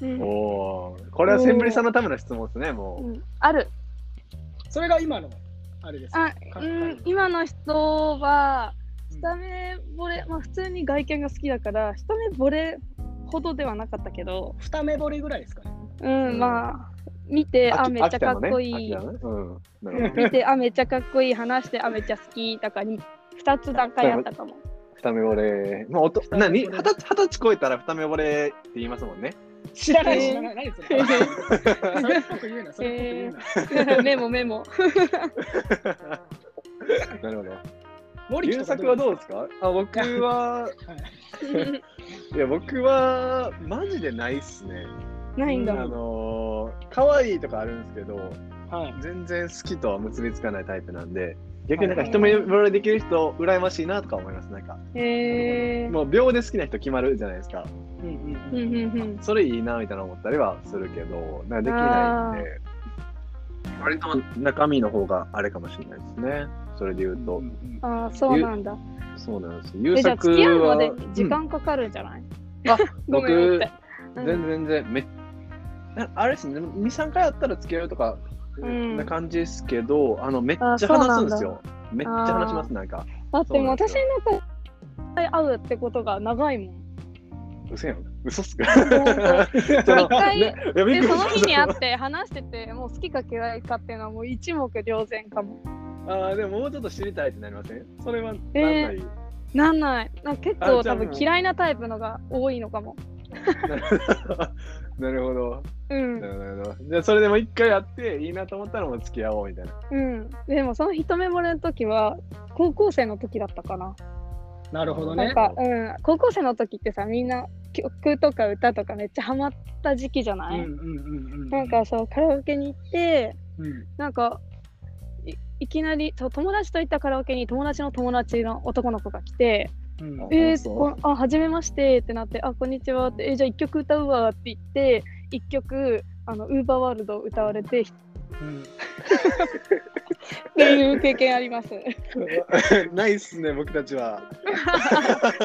D: うん
B: おお、これはセンブリさんのための質問ですね、も
D: うんある
A: それが今の、あれです。
D: あ
A: か
D: うん今の人は一目惚れまあ普通に外見が好きだから一目惚れほどではなかったけど
A: 二目惚れぐらいですかね。
D: うん、まあ、見
B: う。
D: て、あ、
B: 秋
D: めっちゃかっこい
B: 秋
D: い。
B: 田のね秋田のねうん。なるほど。
D: 見て、あ、めっちゃかっこいい。話して、あ、めっちゃ好き。だから、2つ段階あったかも。
B: 二目惚れ。まあ、おと、なに、二十歳二十歳超えたら二目惚れって言いますもんね。
A: 知らない、
D: えー
A: 知らない。何それ。それっぽく言うな、それっぽく言うな。
D: [LAUGHS] メモ、メモ。
B: なるほど。
A: 森木
B: 優
A: とか
B: 作はどうですかあ、僕 [LAUGHS] は、いや、僕は、マジでないっすね。
D: ないん
B: あ
D: だもん。
B: のー、可愛いとかあるんですけど、
A: はい。
B: 全然好きとは結びつかないタイプなんで、逆になんか一目惚れできる人、羨ましいなとか思います。なんか、
D: へー
B: もう秒で好きな人決まるじゃないですか。
A: うんうん
D: う
A: うん
D: んうんうん
B: それいいなみたいな思ったりはするけど、なんかできないんで、割と中身の方があれかもしれないですね。それで言うと、
A: うんうん
D: あーそうなんだ。
B: そうなんです。
D: え、
B: 優
D: じゃあ、
B: 作
D: 付き合うま
B: は、
D: で時間かかるんじゃない
B: うんあ
D: ごめん、思
B: 僕、
D: って。う
B: 全
D: ん
B: 然全然、めなあれですね、2、3回やったら付き合うとか、
D: うん
B: な感じですけど、あの、めっちゃ
D: あそう
B: 話
D: な
B: す
D: ん
B: ん
D: だ
B: ですよ。めっちゃ話します、なんか。
D: だってもう
B: そうなんで
D: 私
B: すよ
D: の中で会うってことが長いも [LAUGHS] ん。
B: 嘘やん。嘘っ
D: [LAUGHS]
B: すか
D: 本
B: その
D: 一回
B: ねいやびっくり
D: で、そ
B: し
D: の
B: ま
D: 日
B: した
D: に会って話してて、もう好きか嫌いかっていうのはもう一目瞭然かも。
B: あーでももうちょっと知りたいってなりませんそれはなん
D: えー
B: ない、
D: なんない。なんか結
B: あ
D: 構
B: じゃあ
D: 多分
B: もう
D: 嫌いなタイプのが多いのかも。
B: なるほど。
D: うん
B: な。るほど。じゃあそれでも一回やっていいなと思ったらもう付き合おうみたいな。
D: うん。でもその一目惚れの時は、高校生の時だったかな。
A: なるほど
D: なん
A: ね。
D: か、うん。高校生の時ってさ、みんな曲とか歌とかめっちゃハマった時期じゃ
A: う
D: なんい、
A: うんうんうん。
D: なんかそう、カラオケに行って、
A: うん、
D: なんか、いいきなりそう友達と行ったカラオケに友達の友達の男の子が来て、
A: うん
B: あ
D: えー、
B: そう
D: こんあ、はじめましてってなって、あ、こんにちはって、えーじゃあ一曲歌うわって言って、一曲、あの、ウーバーワールドを歌われて、
A: うん。
D: っていう経験あ
A: [LAUGHS]
D: ります。
B: [LAUGHS] ないっすね、僕たちは。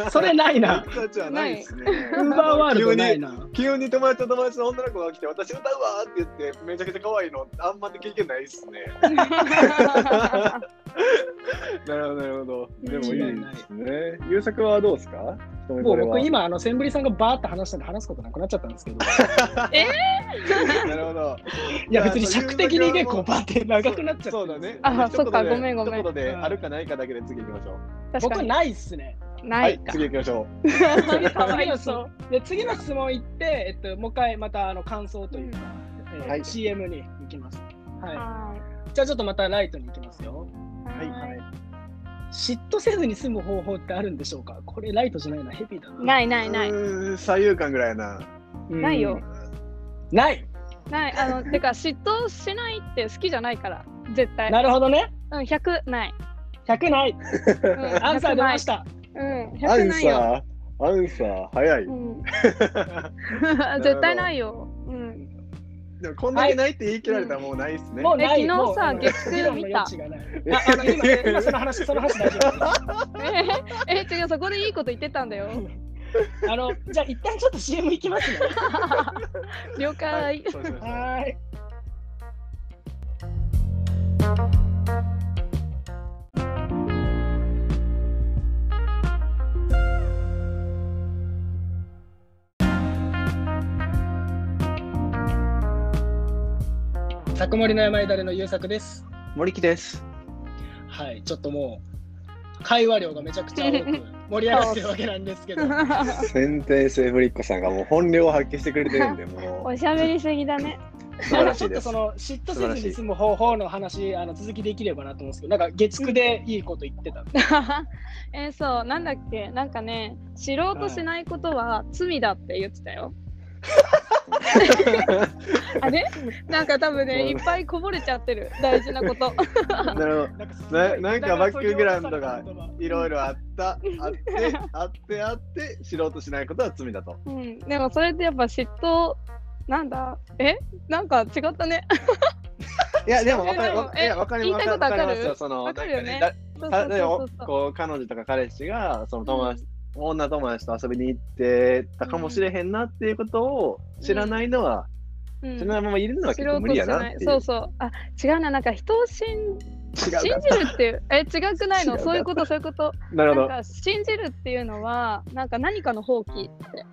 A: それない [LAUGHS] な。
B: 僕たちはないっすね。
A: ウーバーワールドないな。
B: 急に友達と友達の女の子が来て、私歌うわーって言って、めちゃくちゃ可愛いの、あんまり経験ないっすね。 [LAUGHS] なるほど、なるほど。でもいいですね。優作はどうですか
A: もう僕、今、あの、センブリさんがバーって話したんで話すことなくなっちゃったんですけど、
B: なるほど。
A: いや、別に尺的に結構バーって長くなっちゃった。
B: そうだね。
D: あ
B: 一言で
D: そっかごめんごめん
B: 一言であるかないかだけで次行きましょう。
D: 確か
A: 僕
D: に
A: ないっすね。
D: な
B: はいい、
D: か。
B: 次行きましょ
D: かわい [LAUGHS] そう。
A: で、次の質問行って、えっと、もう一回またあの感想というか、えー
B: はい
A: CM に行きます。は。
D: はい
A: じゃあちょっとまたライトに行きますよ。
B: は
D: い。
B: いはい。。
A: 嫉妬せずに済む方法ってあるんでしょうかこれライトじゃないな、ヘビーだな。
D: ないないないう
B: ーん。左右感ぐらいな。
A: うん
D: ないよ。
A: ない
D: ない。あの、てか、嫉妬しないって好きじゃないから、絶対。
A: なるほどね。
D: うん、100ない。
A: 100ない。
D: うん、
A: アンサー出
D: 100ない
A: まし。た。
D: うん、
B: ア
D: 100
B: ン
D: ないよ。
B: サー、アンサー、早い。
D: う
A: [LAUGHS]
D: ん絶対ないよ。うん。
B: でもこんだけないって言い切られたらもうないっすね。
A: もうない。
D: え昨日さ
A: もう
D: 月9見
A: 議
D: た
A: 論の余地がないああの今今その話、その話大丈夫。
D: え、え違う、そこでいいこと言ってたんだよ。
A: あの、じゃあ一旦ちょっと CM 行きます
D: [LAUGHS]
A: ね。
D: 了
B: は
D: 解
B: い。。そうそうそう
A: はーい。たこもりの山いだれの優作です。
B: 森木です。
A: はい、ちょっともう会話量がめちゃくちゃ多
D: [LAUGHS]
A: く盛り上がってるわけなんですけど、
B: [LAUGHS] 先天性フリッコさんがもう本領を発揮してくれてるんで、も
D: おしゃべりすぎだね。
B: う素
A: あの
B: 晴ら
A: ち
B: し
A: ょ
B: い
A: っと
B: です
A: そ。の嫉妬せずに済む方法の話、あの続きできればなと思うんですけど、なんか月9でいいこと言ってた。
D: [LAUGHS] え、そう、なんだっけ、なんかね、知ろうとしないことは罪だって言って
B: [LAUGHS]
D: たよ。あれなんか多分ね、いっぱいこぼれちゃってる、大事
B: [LAUGHS]
D: なこと。
B: な
A: な
B: るほど。
A: んかすごい
B: ななんかバックグラウンドが
A: なんかそういう言葉
B: いろいろあった、あって、あって、あって、知ろうとしないことは罪だと。
D: うん、でもそれってやっぱ嫉妬、なんだえなんか違ったね。
B: いや、でも分かる、
D: え
B: わかい
D: え
B: やわかります
D: 言いたい
B: わか
D: こと
B: り
D: わか
B: ま
D: る
B: すよ。その、
D: わかるよね
B: なんか
D: そうそ
B: だ
D: う
B: 例えば
D: そうそう
B: こう彼女とか彼氏がその友達、女友達と遊びに行ってたかもしれへんなっていうことを知らないのは、
D: うん
B: 知らないままいるのは
D: 知
B: 結
D: ろ
B: 構
D: う
B: 無
D: と
B: 理
D: し
B: やなって。
D: ないいうそうそう。あ、違うな、なんか人を信
B: 違うか
D: 信じるっていう、え、違くな
B: [LAUGHS]
D: い
B: 違う
D: の
B: か
D: そういうこと、そういうこと。
B: なるほ
D: な
B: ど
D: ん。か信じるっていうのは、なんか何かの放棄って。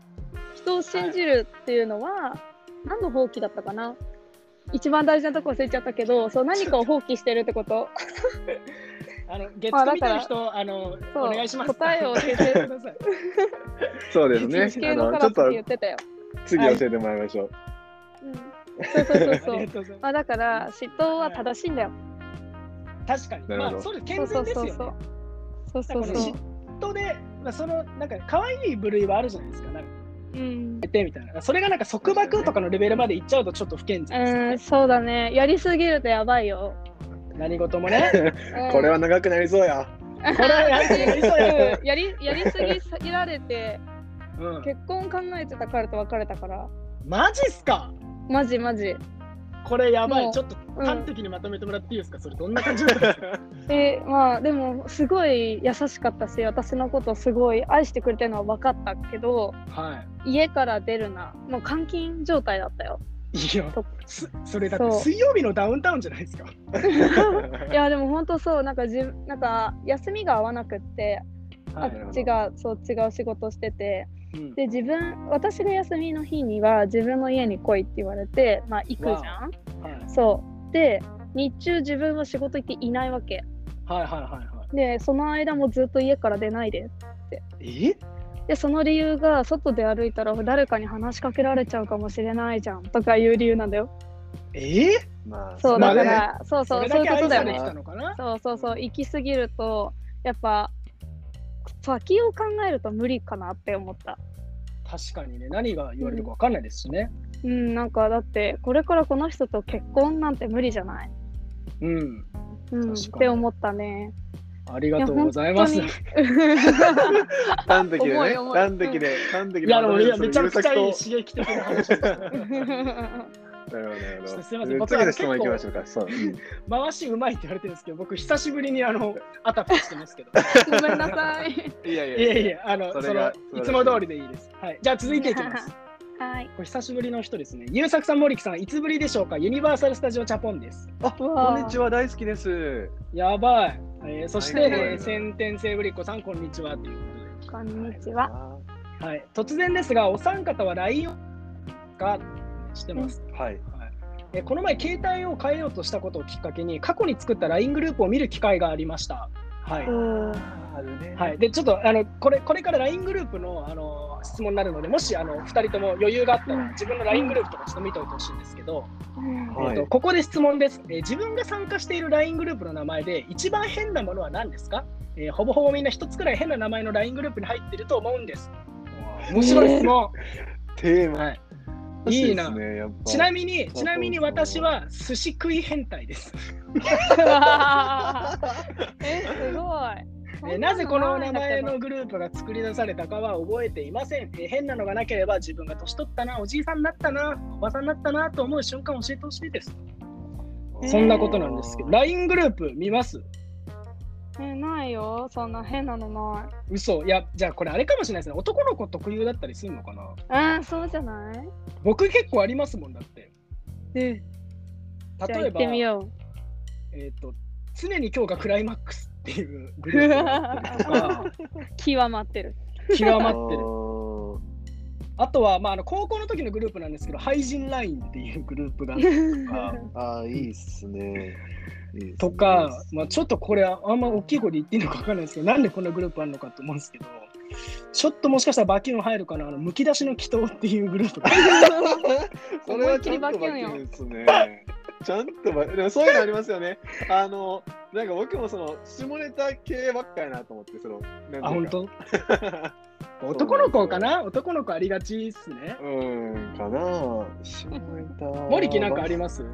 D: 人を信じるっていうのは、何の放棄だったかな一番大事なとこ忘れちゃったけど、そう何かを放棄してるってこと。
A: あの月9見てる人、あの
D: そう
A: お願いします。
D: 答えを教え
A: [LAUGHS]
D: て
A: ください。
B: そうです
D: 地
B: ね。あ
D: 形の
B: の
D: カ
B: ちょっ
D: ラスって
B: と
D: 言ってたよ。
B: 次教えてもらいましょう。
D: うん、そうそうそう
A: あ
D: そ
B: [LAUGHS]
D: う
A: り。がとうございま
D: まあだから嫉妬は正しいんだよ。
A: す。確かに、
B: なるほど
A: まあそうです
D: そ
A: 健
D: うそ
A: 全
D: う
A: です
D: そ
A: よね。
D: うそう。そう
A: なん
D: そ
A: かこ
D: う
A: の
D: そう。
A: 嫉妬で、まあそのなんか可愛い部類はあるじゃないですか。なんか
D: うん。
A: やってみたいな。それがなんか束縛とかのレベルまでいっちゃうとちょっと不健全ですよ
D: う
A: ね
D: ん、。そうだね。やりすぎるとやばいよ。
A: 何事もね。
D: うん
B: これは長くなりそうや。
A: これはやりすぎやりそうや
D: うんやりやりすぎすぎられて
A: うん
D: 結婚考えてた彼と別れたから
A: マジっすか
D: マジマジ、
A: これやば
D: も
A: い、
D: う
A: ちょっと
D: うん
A: 端的にまとめてもらっていいですか、それどんな感じだったんですか
D: でまあでもすごい優しかったし私のことすごい愛してくれてるのは分かったけど
A: [LAUGHS] は
D: 家から出るなもう監禁状態だった
A: [LAUGHS]
D: よ
A: い。いいよ
D: と。
A: すそれだって
D: そう
A: 水曜日のダウンタウンじゃないですか。
D: いやでも本当そうなんかじなんか休みが合わなくってあ
A: は
D: っ
A: い。
D: ちがそう違う仕事してて
A: うん
D: で自分私が休みの日には自分の家に来いって言われてまあ行くじ
A: わ
D: ゃん
A: はい
D: そうで日中自分は仕事行っていないわけ
A: はいはいはいは
D: でその間もずっと家から出ないで
A: い。え
D: でその理由が外で歩いたら誰かに話しかけられちゃうかもしれないじゃんとかいう理由なんだよ
A: え
B: まあ、
D: そう
A: まあ
D: だ
A: ね
D: から、そうそうそういうことだよ
A: それだけ愛されて
D: ね
A: たのかな
D: そうそうそう行き過ぎるとやっぱ先を考えると無理かなって思った
A: 確かにね、何が言われるかわかんないですしね。
D: うんなんかだってこれからこの人と結婚なんて無理じゃない、
A: うん。
D: うん、っ
A: 確かに
D: て思ったね
A: ありがとうございます。い
D: いや [LAUGHS]
B: 端的でね
D: 重い重い。
B: 端的で、端的で
A: や、で
B: まと
A: も
B: め
A: い
B: る
A: や、
B: と。
A: めちゃくちゃいい
B: 優作
A: 刺激的な話です。
B: と。なるほどなるほ
A: ちょっと
B: ど
A: すいません僕は
B: 次の質問行きましょうか。そう。うん
A: [LAUGHS] 回しうまいって言われてるんですけど、僕、久しぶりにあ [LAUGHS] の、あたふたしてますけど。
D: ごめんなさ
A: [LAUGHS]
D: い
B: いやいや
A: いやいや、あの、
B: そ
A: そ
B: れ
A: の
B: が
A: いつも通りでいいです。はい、じゃあ続いていきます。
D: はい
A: これ久しぶりの人ですね。優作さん、森木さん、いつぶりでしょうかユニバーサル・スタジオ・ジャポンです。
B: こんにちは、大好きです。
A: やばい。えーそして、
B: はい
A: えー先天性ぶりっ子さん、こんにちは。というこ
D: こんにちは。
A: とで、はい、突然ですが、お三方は LINE をかしてます、
B: はい。
A: はいえーこの前、携帯を変えようとしたことをきっかけに、過去に作った LINE グループを見る機会がありました。はい。
D: うん
B: あるね
A: はい、でちょっとあのこれこれから LINE グループのあの質問になるので、もしあの2人とも余裕があった
D: うん
A: ら、自分の LINE グループとかちょっと見ておいてほしいんですけど、
B: はい
A: えっとここで質問です、えー自分が参加している LINE グループの名前で、一番変なものは何ですか、えーほぼほぼみんな1つくらい変な名前の LINE グループに入っていると思うんです。面白い質問、
B: テーマ
A: はい、いいな
B: 欲しですねやっぱ
A: ちなみに、ちなみに私は寿司食い変態です。
D: [LAUGHS] えすごい
A: えーなぜこの名前のグループが作り出されたかは覚えていません。えー変なのがなければ自分が年取ったな、おじいさんになったな、おばさんになったなと思う瞬間を教えてほしいです。
D: えー
A: そんなことなんですけど、LINE グループ見ます
D: えないよそんな変なのな
A: 嘘いや、じゃあこれあれかもしれないですね。男の子特有だったりするのかない
D: うんそうじゃない
A: 僕結構ありますもんだって。
D: えじゃ
A: 例
D: あ行
A: え
D: っ
A: ば、
D: てみよ
A: えっ、と、常に今日がクライマックスっていうグ [LAUGHS]
D: う
A: ループ
D: [LAUGHS]
A: があったりとか
D: 極まってる
A: 極
B: あ
A: まってる。
B: ー
A: あとは、まあ、あの高校の時のグループなんですけど、廃人 LINE っていうグループがあって
B: ああーいいっすねいいっすね
D: [LAUGHS]
A: とか、
B: [LAUGHS]
A: まあ、ちょっとこれあんま大きい声で言っていいのか分かんないですけどなんでこんなグループあるのかと思うんですけどちょっともしかしたらバキュン入るかなあのむき出しの祈祷っていうグループが
B: それはちゃんとバキュンですね。ちゃんとバでもそういうのありますよね。あの、なんか僕もその、下ネタ系ばっかやなと思って、その、
A: あ
B: なん
A: 本
B: ていう
A: 当
D: [LAUGHS]
A: 男の子かな男の子ありがちですね
B: かうん、かな下ネタ。
A: 森木なんかあります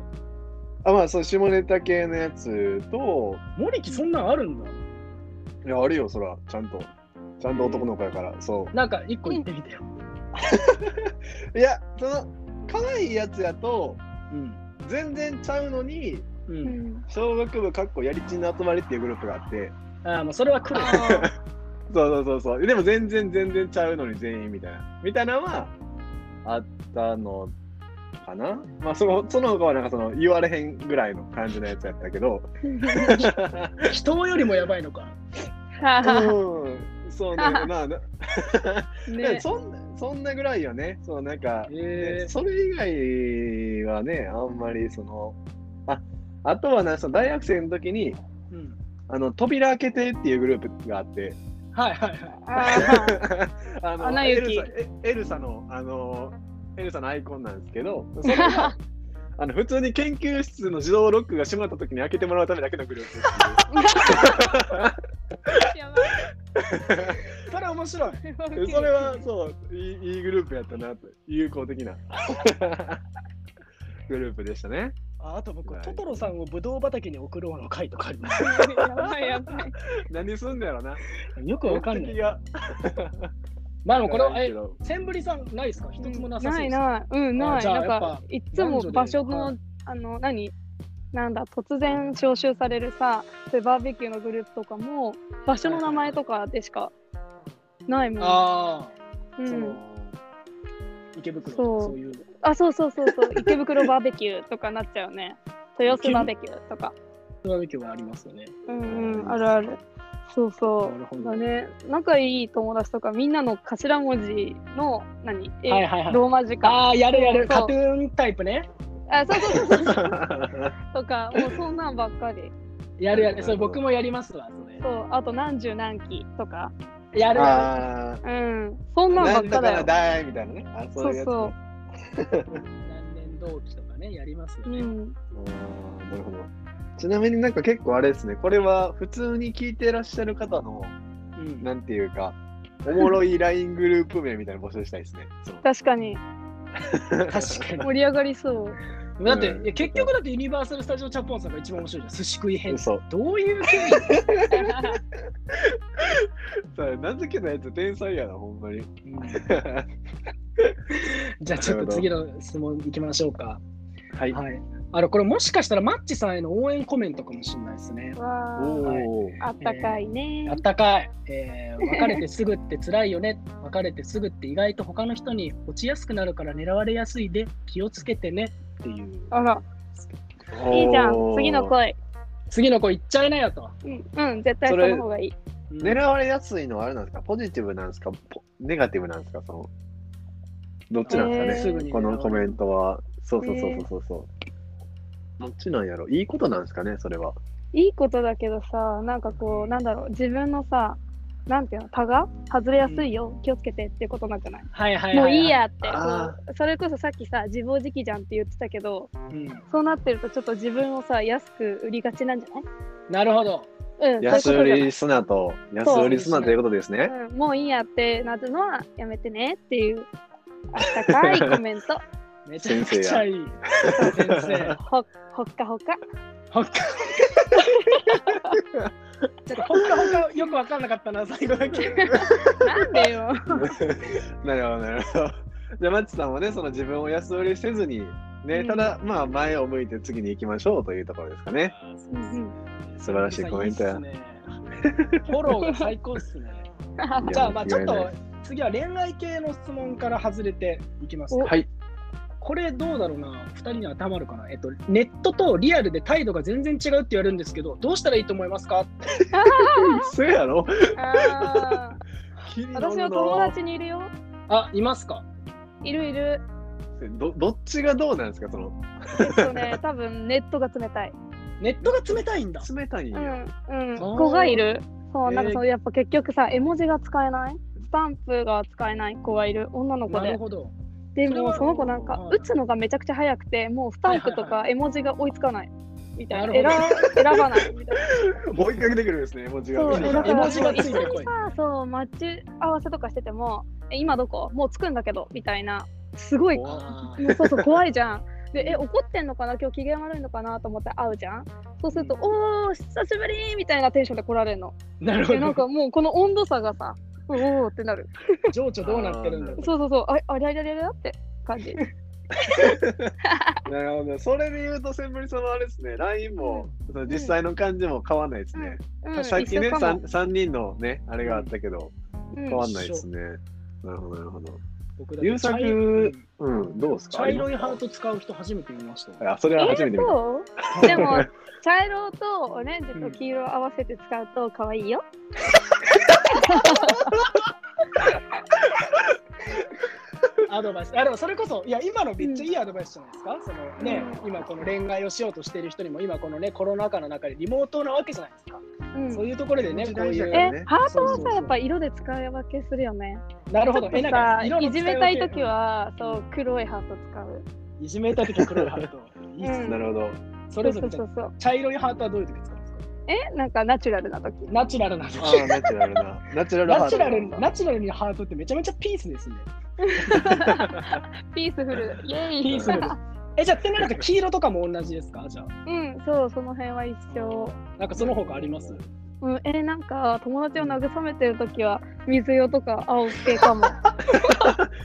B: あ、まあ、そう、下ネタ系のやつと、
A: 森木そんなんあるんだ
B: いや、あるよ、そら、ちゃんと。ちゃんと男の子やから、そ
A: なんか一個言ってみてよ、
B: う。いや、その、可愛いやつやと、
A: うん
B: 全然ちゃうのに、
A: う
D: うんん
B: 小学部かっこやりちんの集まりっていうグループがあって、
A: ああもうそれは来る
D: あ
B: そうそうそうそう。でも全然全然ちゃうのに全員みたいな。みたいなのはあったのかなまあそのその他はなんかその言われへんぐらいの感じのやつやった
A: [LAUGHS]
B: けど。
D: ー
A: 祈祷よりもやばいのか
B: うん。そうね。まあ、な [LAUGHS]
D: ね
B: そんなそんなぐらいよね。そうなんか、
A: え
B: ねそれ以外はね、あんまりその、あ、あとはな、その大学生の時に、
A: ーうん、
B: あの、扉開けてっていうグループがあって、 [LAUGHS]
A: はいはいはい
D: あー
B: あの
D: アナ
B: エ
D: 雪
B: ルサエエルサのあのエルサのアイコンなんですけど、それ [LAUGHS] があの普通に研究室の自動ロックが閉まった時に開けてもらうためだけのグルー [LAUGHS] プっ
D: [LAUGHS] や
A: それ面白い
D: ば
B: ていう
D: い
B: それはそういいいいグループやったなと友好 [LAUGHS] 的なグループでしたね。
A: ああと僕
B: はい
A: トトロさんをブドウ畑に送ろうの会とかあります
D: [LAUGHS] やばいやばい
B: 何すんだろうな。
A: よくわかんな
B: 目
A: い
B: 的が
A: まあでもこれ
B: わ
A: は
B: からん
A: え
B: けど
A: センブリさんないですか一つもなさそう
D: ない
A: です、
D: ないうんな
A: あ
D: い
A: じゃあ
D: なん
A: やっぱ
D: かいつも場所
A: 男
D: のあの何なんだ突然招集されるさそういうバーベキューのグループとかも場所の名前とかでしかないもん、
A: あ
D: う
A: あ、そ
D: ん、
A: の池袋
D: そ
A: そう
D: う
A: いう
D: あそうそうそうそう池袋バーベキューとかなっちゃ
A: [LAUGHS]
D: うね豊洲バーベキューとか
A: バーベキューはありますよね
D: うんうんあるあるそうそ
A: なるほ
D: う
A: ど
D: だね仲いい友達とかみんなの頭文字の何、え
A: はいはいはい
D: ローマ字
A: あ
D: か
A: あやるやる
D: そう
A: カトゥーンタイプね
D: あそうそうそうそう
B: あ
D: とかもうそんなんばっかり
A: やるやる
B: なるほど
A: それ僕もやりますわそ
D: そうあと何十何期とか
A: れやるや
B: あ
D: うんそんなんば
B: な
D: っ
B: ん
D: か
B: だか
D: だ
B: ら
D: よ
B: だいみたいなね。あ
D: そう
B: いやつね
D: そう
A: る何年同期とかねやりますよ
D: う
A: ね、
D: ん
B: あーなるほど。ちなみになんか結構あれですね、これは普通に聞いてらっしゃる方の、
A: うん
B: なんていうか、おもろい LINE グループ名みたいなの募集したいですね。そう
D: 確かに
A: 確か
D: 盛り上がりそう
A: に [LAUGHS] だって、
B: うん
A: いや結局だってユニバーサル・スタジオ・チャポンさんが一番面白いじゃん寿司食い編
B: 嘘
A: どういう経
B: さあ名付けたやつ天才やな、ほんまに。
A: 緯じゃあちょっと次の質問いきましょうか
B: はい
A: はいあのこれもしかしたらマッチさんへの応援コメントかもしれないですね
D: わ
B: [LAUGHS] お
D: ー
B: お。
D: あったかいね
A: あったかい、えー別れてすぐって辛いよね [LAUGHS] 別れてすぐって意外と他の人に落ちやすくなるから狙われやすいで気をつけてねっていう
D: あらいいじゃん次の
B: 声
D: 声
A: 次の子行っちゃいなよと、
D: うんうん絶対その方がいい
A: うん
B: 狙われやすいのはあれなんですかポジティブなんですかポネガティブなんですかそのどっちなんです
A: す
B: か
A: ぐ
B: ね、
A: に狙
B: こ
A: われる
B: のコメントは。そうそうそうそうそう。そうどっちなんやろいいことなんですかねそれは。
D: いいことだけどさ、なんかこう、なんだろう、自分のさ、なんていうの、他が外れやすいよ、気をつけてってことなくない
A: はいはい
D: も
A: は
D: う
A: い
D: いいやって、こ
B: あ
D: うそれこそさっきさ、自暴自棄じゃんって言ってたけど、
A: うん
D: そうなってるとちょっと自分をさ、安く売りがちなんじゃない
A: なるほど
D: うん、
B: 安
D: そういうこと
B: 売
D: じゃない
B: りすなと、安売りすなということですね。
D: うん、もういいやってなるのはやめてねっていうあったかいコメン [LAUGHS] ト
A: めちゃくちゃいい先生
D: ほほっかほか
A: ほっかちょっとほっかほかよく分かんなかったな最後だけ
D: なんでよ
B: なるほど、なるほど。じゃあ、マッチさんはね、その自分を安売りせずに、ね、
D: うん
B: ただ、まあ、前を向いて次に行きましょうというところですかね。
D: うんうん
B: 素晴らしいコメントや
A: いいっすねフォローが最高っすね
B: いや
A: じゃあまあちょっ。
B: 間違い
A: と
B: ない
A: 次は恋愛系の質問から外れていきます
B: はい。
A: これどうだろうな2人に当てはまるかなえっとネットとリアルで態度が全然違うって言われるんですけどどうしたらいいと思いますか
B: そやろ
D: あー
B: 気になる
D: 私
B: な
D: の友達にいるよ
A: あいますか
D: いるいる
B: どどっちがどうなんですかその
D: えっと [LAUGHS] ね多分ネットが冷たい
A: ネットが冷たいんだ
B: 冷たいん
D: う
B: や、
D: んうん
A: ー
D: 子がいるそう
A: えー
D: なんかそのやっぱ結局さ絵文字が使えないスタンプが使えない子がいる女の子
A: な
D: で
A: るほど
D: で
A: それ
D: も
A: は
D: その子なんか
A: はい
D: 打つのがめちゃくちゃ早くてもうスタンプとか絵文字が追いつかないみたいな
A: なる
D: 選選ばないみたいな
B: 追いかけてくるんですね絵文字が
D: そう
A: え
D: だか
A: 絵
D: ら
A: 文字
D: そ
A: が
D: う
A: つ
D: 一
A: い
D: 緒
A: て
D: に
A: こい
D: さそう待ち合わせとかしてても「え今どこもう着くんだけど」みたいなすごいも
A: あ
D: うそうそう怖いじゃん。でえ怒ってんのかな今日機嫌悪いのかなと思って会うじゃんそうすると「おー久しぶり!」みたいなテンションで来られるの
A: ーなるほ
D: でなん
A: ど
D: かもうこの温度差がさ「おーおーってなる
A: 情緒どうなってるんだろう
D: そうそうそうあありゃりゃりゃりゃって感じ
B: なるほどそれで言うとセンブリさんはあれですね LINE も、その実際の感じも変わんないですね、
D: うん
B: さっき
D: 一
B: ね
D: 緒かも
B: 3, 三人のねあれがあったけど、
D: うん
B: 変わんないですねなるほどなるほど
A: 僕だって
B: 優作
A: 茶色
B: うんどうですか
A: 茶色いハー
B: ト
A: ト使う人初めて見ました
B: あそれは初めて見た、
D: そうでも茶色とオレンジと黄色を合わせて使うと可愛いよ。
A: アドバイスあでもそれこそいや今のめっちゃいいアドバイスじゃないですか、そのね今この恋愛をしようとしている人にも今このねコロナ禍の中でリモートなわけじゃないですか、
D: うん
A: そういうところでね
B: うん
A: こうい
B: 時代じゃ
A: う
B: ない
D: え、
B: ね
D: ハートは
A: そうそうそ
D: さ
A: う
D: やっぱ色で使い分けするよね。
A: なるほ
D: ちょ
A: ど
D: っと
A: えなん
D: さ
A: か色
D: い
A: の使
D: じ
A: 分
D: め
A: け
D: たい時は、
A: うん
D: そう黒いハート使う。
A: いじめたい時は黒いハートいいっすね
D: うん
B: なるほど
A: それぞれ
D: そうそうそう。
A: 茶色いハートはどういう時使うんですか
D: え、なんかナチュラルな時。
A: ナチュラルな時
B: ああナチュラルなナチュラルハ
A: ナ
B: ート
A: チュラルにナチュラルにハートってめちゃめちゃピースですね
D: ピースフル。イエ
A: ピ
D: イ
A: ー。スフルです [LAUGHS] えじゃあってなると黄色とかも同じですかじゃあ
D: うん、そうその辺は一緒。
A: なんかその他あります
D: うん、えなんか友達を慰めてる時は水色とか青系
A: [LAUGHS]
D: かも。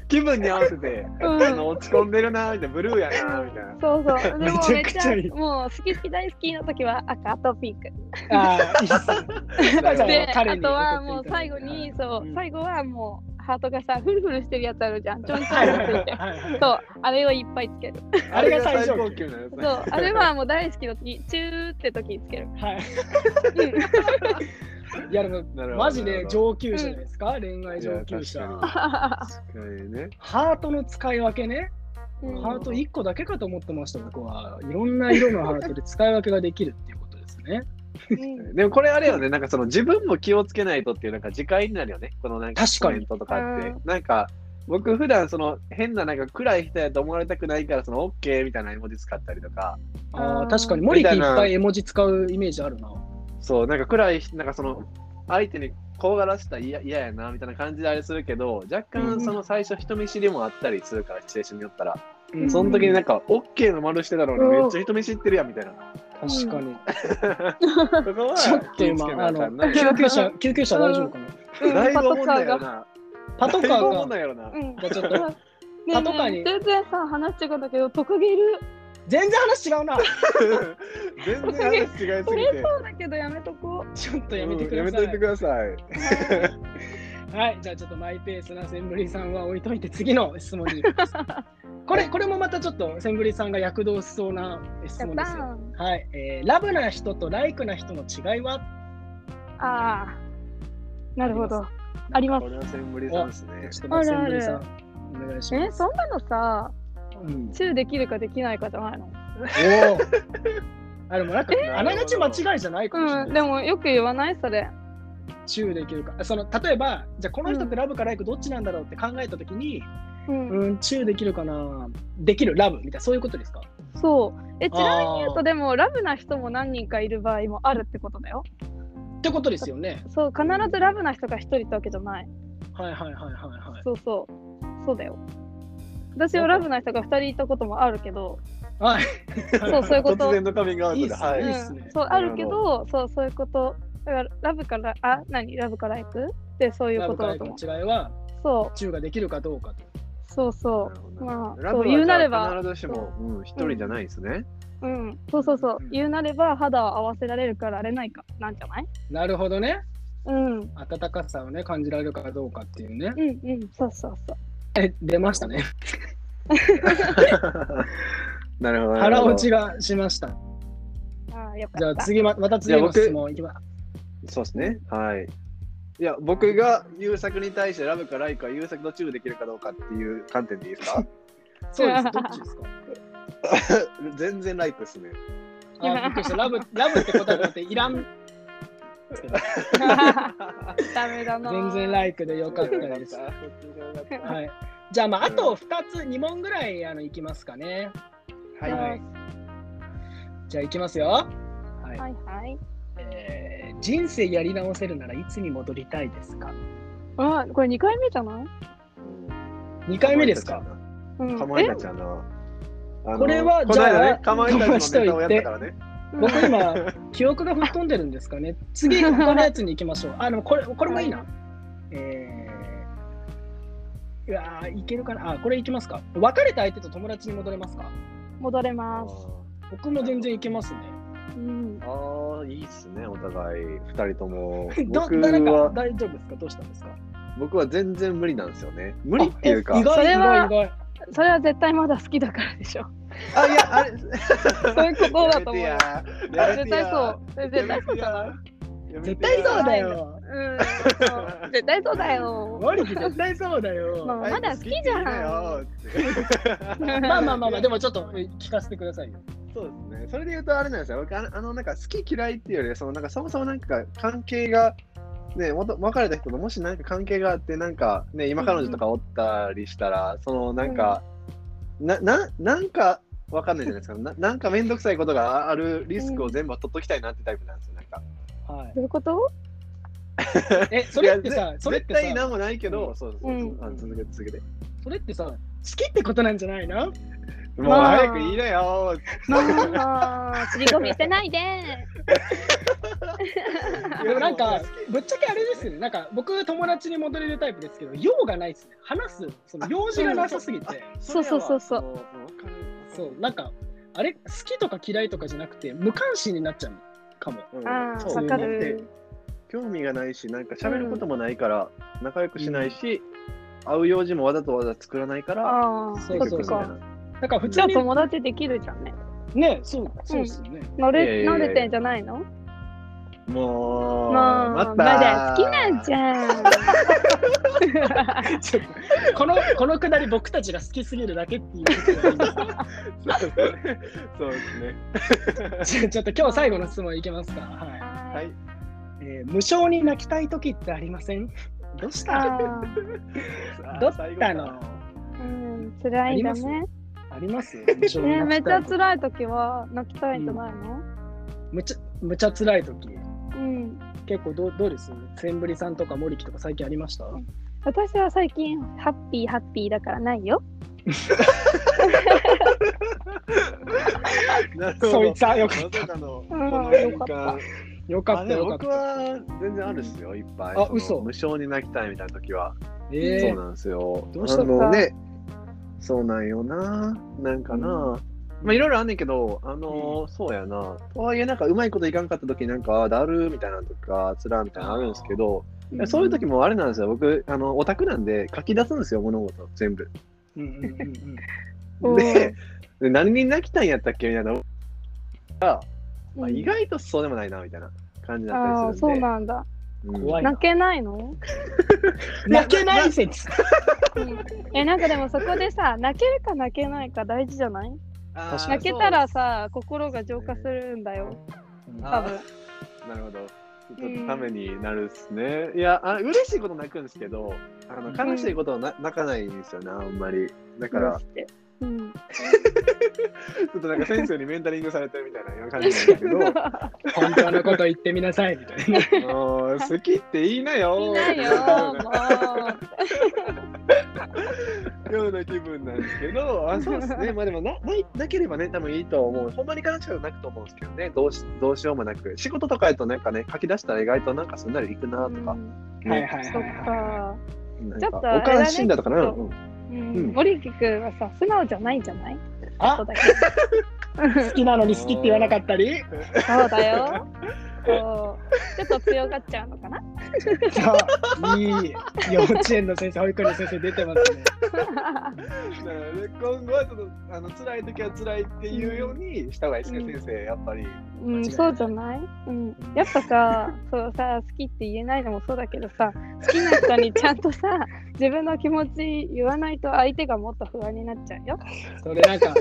B: 気分に合わせて、
D: うん
B: あの落ち込んでるなーみたいなブルーやなーみたいな
D: そ
A: [LAUGHS]
D: うそう。でもめ
A: め
D: っ
A: ちゃく
D: ち
A: ち
D: ゃ
A: ゃいい
D: もう好き好き大好きの時は赤とピンク。
A: ああいいっ [LAUGHS] すね
B: なるほど
D: で、
A: 彼
D: あ
A: に
D: とはもう最後に、そう、
A: うん
D: 最後はもうハートがさ、フルフルしてるやつあるじゃん。ちょんちょん
A: はい
D: つ
A: はい
D: いて。
A: はいはい
D: そう、あれをいっぱいつける。
A: あれが最
B: あれ
A: 上
B: が
A: 級。
B: なやつ
D: そう、あれはもう大好きの時、チューって時につける。
A: はい。
D: うん、
A: いやでも
B: なるほど
A: マジ
B: なる
A: で
B: ほど
A: 上級者じゃないですか、恋愛
B: いや
A: 上級者。
B: 確かにね。
A: ハートの使い分けね、
D: うん
A: ハート1個だけかと思ってました、僕は。いろんな色のハートで使い分けができるっていうことです
D: [LAUGHS]
A: ね。
D: うん
B: でもこれあれよね、なんかその自分も気をつけないとっていうなんか自戒になるよね、このなんか
A: 確
B: コ
A: か
B: メ
A: に
B: ントとかって
D: うん。
B: なんか僕普段その変ななんか暗い人やと思われたくないからその OK みたいな絵文字使ったりとか、
A: あー
D: あー
A: 確かに、モリキいっぱい絵文字使うイメージあるな。
B: そう、なんか暗い人、なんかその相手に怖がらせたら嫌嫌やなみたいな感じであれするけど、若
A: う
B: 干
A: ん
B: その最初人見知りもあったりするから、シチュエーションによったら、
A: うん
B: その時になんか OK の丸してたのに
D: うん
B: めっちゃ人見知ってるやんみたいな。
A: [LAUGHS] 確かに。
B: そこは
A: ちょっと
B: 気をつけ
A: 今、
B: な
A: あ
B: あかんな
A: の、救急
D: [LAUGHS]
A: 車、救急車大丈夫かな
B: だいぶ
D: パト
B: 思うん
D: カ
B: だ
D: ー
B: よ
D: が。
B: な。
A: パトカ
B: だいぶ思
A: ー
B: うん [LAUGHS]
A: が、
B: だよな。
D: うん。
A: じゃあちょっと、
D: ねえ
A: パトカー
D: ね
A: に
D: え全然さ、話違うんだけど、トカゲいる。
A: 全然話違うな。
B: [LAUGHS] 全然話違いすぎて。
D: それそうだけど、やめとこ
A: ちょっとやめてくだ
B: うん
A: さ
B: やめといて
A: い。
B: ください。
A: はい、じゃあちょっとマイペースなセンブリさんは置いといて、次の質問に行き
D: [LAUGHS]
A: ます。これ、これもまたちょっとセンブリさんが躍動しそうな
D: う。
A: 質
D: やっ
A: 問
D: た
A: ですよ。
D: ー。
A: はい、えーラブな人とライクな人の違いは
D: ああ。なるほど。あります。
B: これはセンブリさんです
A: ちょ
B: ね
A: っ。とまあ
D: ある
A: セン
D: あ
A: ブ
D: る
A: リさん、お願いし
D: え、
A: ます。
D: そんなのさ、
A: うん
D: [LAUGHS] チューできるかできないかじゃないの
A: おーあでもなんか
B: えー
A: あながち間違いじゃないかもしれない。
D: うん、でもよく言わないそれ。
A: チューできるかその例えばじゃあこの人ってラブかライクどっちなんだろうって考えたときに、
D: うん
A: うん、チューできるかなできるラブみたいなそういうことですか
D: そう。え、ちなみに言う
A: あ
D: と、
A: ー
D: でも、ラブな人も何人かいる場合もあるってことだよ。
A: ってことですよね。
D: そう、必ずラブな人が一人ってわけじゃない。
A: はいはいはいはいはい。
D: そうそう。そうだよ。私はラブな人が二人いたこともあるけど、
A: はい、
D: そう、そういうこ
B: 突
D: と。
B: 然のカミングアウト
A: いい
B: で、
A: っす
B: は
A: ねい
B: い。うん
A: っすね
D: うん、そう、あるけど、そう、そういうこと。だから、ラブから、あ、何ラブから行くって、そういう
A: ラ
D: こ
A: ブ
D: と
A: かラ
D: だ
A: イ
D: と
A: ク
D: 思
A: の
D: う。
A: 違いは
D: そ
A: チューができるかどうか。
D: う、そうそう。まあ
B: ラブは
D: そう言うなれば
B: 必ずしも、うん、一人じゃないですね。
D: うん、そうそうそう
B: うん。
D: 言うなれば、肌を合わせられるから、あれないか、なんじゃない
A: なるほどね。
D: うん、うん、
A: 温かさをね感じられるかどうかっていうね。
D: うん、そうそうそう。
A: え出ましたね。
B: [LAUGHS] なるほど。
A: 腹落ち
B: が。
A: がしました。
D: ああ、よかった。
A: じゃあ次ままた
B: じ
A: 次
B: ゃあ
A: の
B: 僕
A: 質問いきます。
B: そうですね。はい。いや、僕が優作に対してラブかライクは優作のチューできるかどうかっていう観点でいいです
D: [LAUGHS]
B: か
A: そうです。どっちですか。
B: 全然ライクですね。
A: あーびっくりしたラブラブって答えだってい
D: [LAUGHS]
A: らん。
D: ダメだな。
A: 全然ライクでよかった
B: [LAUGHS]
A: です。はい。じゃあまああと二つ二問ぐらいあのいきますかね。
B: はい。
A: はいじゃあいきますよ。はい。
D: はいはい。
A: えー人生やり直せるならいつに戻りたいですか
D: あ、これ二回目じゃない？
A: 二回目ですか
D: うん
B: かまいたちゃんの。あの
A: これは
B: こ
A: じ
B: の間
A: ゃあ
B: ね、かまいたちのネタをやったからね。
D: うん
A: 僕
B: [LAUGHS]
A: 今、記憶が吹っ飛んでるんですかね。次、他のやつに行きま
B: [LAUGHS]
A: しょう。あ、でもこれ、これもいいな。えー、うわーいけるかな。あ、これいきますか。別れた相手と友達に戻れますか
D: 戻れ
B: あ
D: ます。
A: 僕も全然いけますね。。
D: うん。
B: あー、いいっすね、お互い、二人と
D: [LAUGHS]
B: も
A: ど、
B: 僕
A: 誰か
B: は、
A: 大丈夫ですかどうしたんですか
B: 僕は全然無理なんですよね。無理っていうか
A: あえ意、外、
D: そ
A: 意
D: れは
A: 外、意外。
D: それは絶対まだ好きだからでし
B: [LAUGHS]
D: ょ。
B: あ、いや、あれ、
D: そういうことだと思うよ。
B: う
D: 絶対そう。それ絶対そうだな。
A: 絶対そうだよ。
D: うん。そう絶対そうだよ。
A: マリキ絶対そうだよ。
D: まあまだ好きじゃん
B: ん。
A: まあまあまあまあ、でもちょっとえ聞かせてくださいよ。
B: そうですね。それで言うとあれなんですよ。僕あのあのなんか好き嫌いっていうよりそのなんかそもそもなんか関係がね、もと別れた人ともしなんか関係があってなんかね今彼女とかおったりしたら、そのなんか、なななんかわかんないじゃないですか。ななんか面倒くさいことがあるリスクを全部取っときたいなってタイプなんですよ。なんか。
A: はい
D: ど。ういうこと？
A: え、それってさ、それっ
B: 絶
A: てさ、
B: 対なんもないけど、
A: うん
B: そうそう、
D: うん
B: あ続けて続けて。
A: それってさ、好きってことなんじゃないの
B: もう早く言いなよ。
D: まあ、釣り込みしてないで。
A: でもなんか
B: 好き、
A: ぶっちゃけあれですよね、なんか僕、友達に戻れるタイプですけど、用がないですね、話す、その用事がなさすぎて、
D: そうそうそうそう
B: う。
A: そう、なんか、あれ、好きとか嫌いとかじゃなくて、無関心になっちゃうかも。
B: うん
D: ああ、
B: そう
D: わか
B: だって
D: る。
B: 興味がないし、なんか喋ることもないから、仲良くしないし、会う用事もわざとわざ作らないから、
D: ああ、
A: そ
D: そうっ
A: そう
B: みたい
D: か。
B: な
A: だから、普
D: じ
A: 通
D: ゃあ
A: に、
D: 友達できるじゃんね。
A: ね、そう、そうですよね。
D: 慣
B: いやいや
D: れ
B: い
D: 慣
B: やいや
D: れてんじゃないの？
B: もう、
D: まあ、
B: 待
D: ま
B: った
D: だ好きなんじゃん。。
A: ちょっとこの、このくだり、僕たちが好きすぎるだけっていうことがいいですか
B: [LAUGHS] そうです
A: ち
B: ね。
A: ょちょっと今日最後の質問いけますか。は
B: はいい。
A: いえー無償に泣きたい時ってありませんどうした
D: ああ、
A: どったの
D: うん、辛いんだね。
A: あります無償に
D: [LAUGHS] ね、め
A: 泣
D: っ
A: き
D: ち
A: たい時
D: ゃ辛い時は泣きたいんじゃないの？
A: むちゃむちゃ辛い時
D: うん。
A: 結構どうどうですセンブリさんとかモリキとか最近ありました
D: 私は最近ハッピーハッピーだからないよ。
B: なる
D: [LAUGHS]
B: ほど
A: そいつはよかっ
B: まさかの、こ
D: うん
B: の瞬
D: よかった
B: 間。
A: たよかった
B: あで
A: よかっ
B: も僕
A: た
B: は全然あるっすよ、いっぱい。
A: あ
B: その
A: 嘘
B: 無償に泣きたいみたいな時は。そ
A: え
B: うなんですよ。
A: どうした
B: あ
A: の
B: のね、そうなんよな。なんかな。まあいろいろあんねんけど、あのーそうやな。とはいえ、なんかうまいこといかんかった時なんか、あだるみたいなのとか、つらみたいなのあるんですけど、
A: ー
B: そういう時もあれなんですよ。僕、あの、オタクなんで書き出すんですよ、物事全部。
A: うんうんうんうん
D: お
B: で
D: ー、
B: で何に泣きたいんやったっけみたいなのが、 [LAUGHS] まあ、
D: うん
B: 意外とそうでもないな、みたいな感じだったりする
D: あ
B: ん
D: あ、
B: で。
D: そうなんだ。
B: うん
A: 怖いな
D: 泣けないの？
A: 泣けない説
D: うんえ、なんかでもそこでさ、泣けるか泣けないか大事じゃない？
B: 確かに
D: 泣けたらさ、心が浄化するんだよ、多分。
B: なるほど。ちょっとためになるっすね。いや、あ嬉しいこと泣くんですけど、あの悲しいことはな泣かないんですよね、あんまり。だから、ち
D: って。うん。
B: ょっとなんか先生にメンタリングされてるみたいな感じなんだけど、
A: 本当のこと言ってみなさいみたいな。
D: [LAUGHS]
B: もう好きって言いなよ。
D: いないよ、も
B: ような気分なんですけど、あそう
D: [LAUGHS]
B: ですね、まあでもなないなければね、多分いいと思う、ほんまに悲しくなくと思うんですけどね、どうしどうしようもなく、仕事とかやとなんかね、書き出したら意外となんかすんなりいくなと
D: う。う
B: か、
D: ん
A: はい
B: ね
A: はい
D: そ
A: はい
D: っ
A: は
D: か。
B: なん
D: ちょ
B: か
D: っと
B: お
D: あれだね
B: かしいんだとかな、
D: きっと
B: うん
D: う
B: うん
D: ん。森木君はさ、素直じゃないんじゃない
A: あ
D: そう
B: [LAUGHS]
D: だ
A: い。好きなのに好きって言わなかったり。
D: けどそうだよ。こう、ちょっと強がっちゃうのかな。
A: そういい幼稚園の先生、保育園の先生出てますね。
B: だからね今後はちょっとあの辛い時は辛いっていうようにした方がいいですね、
D: うん
B: 先生、やっぱり。
D: う、
A: 間違いなんい
D: そうじゃない、うん、やっぱさそうさ好きって言えないのもそうだけどさ好きな人にちゃんとさ自分の気持ち言わないと相手がもっと不安になっちゃうよ。
A: それなんか、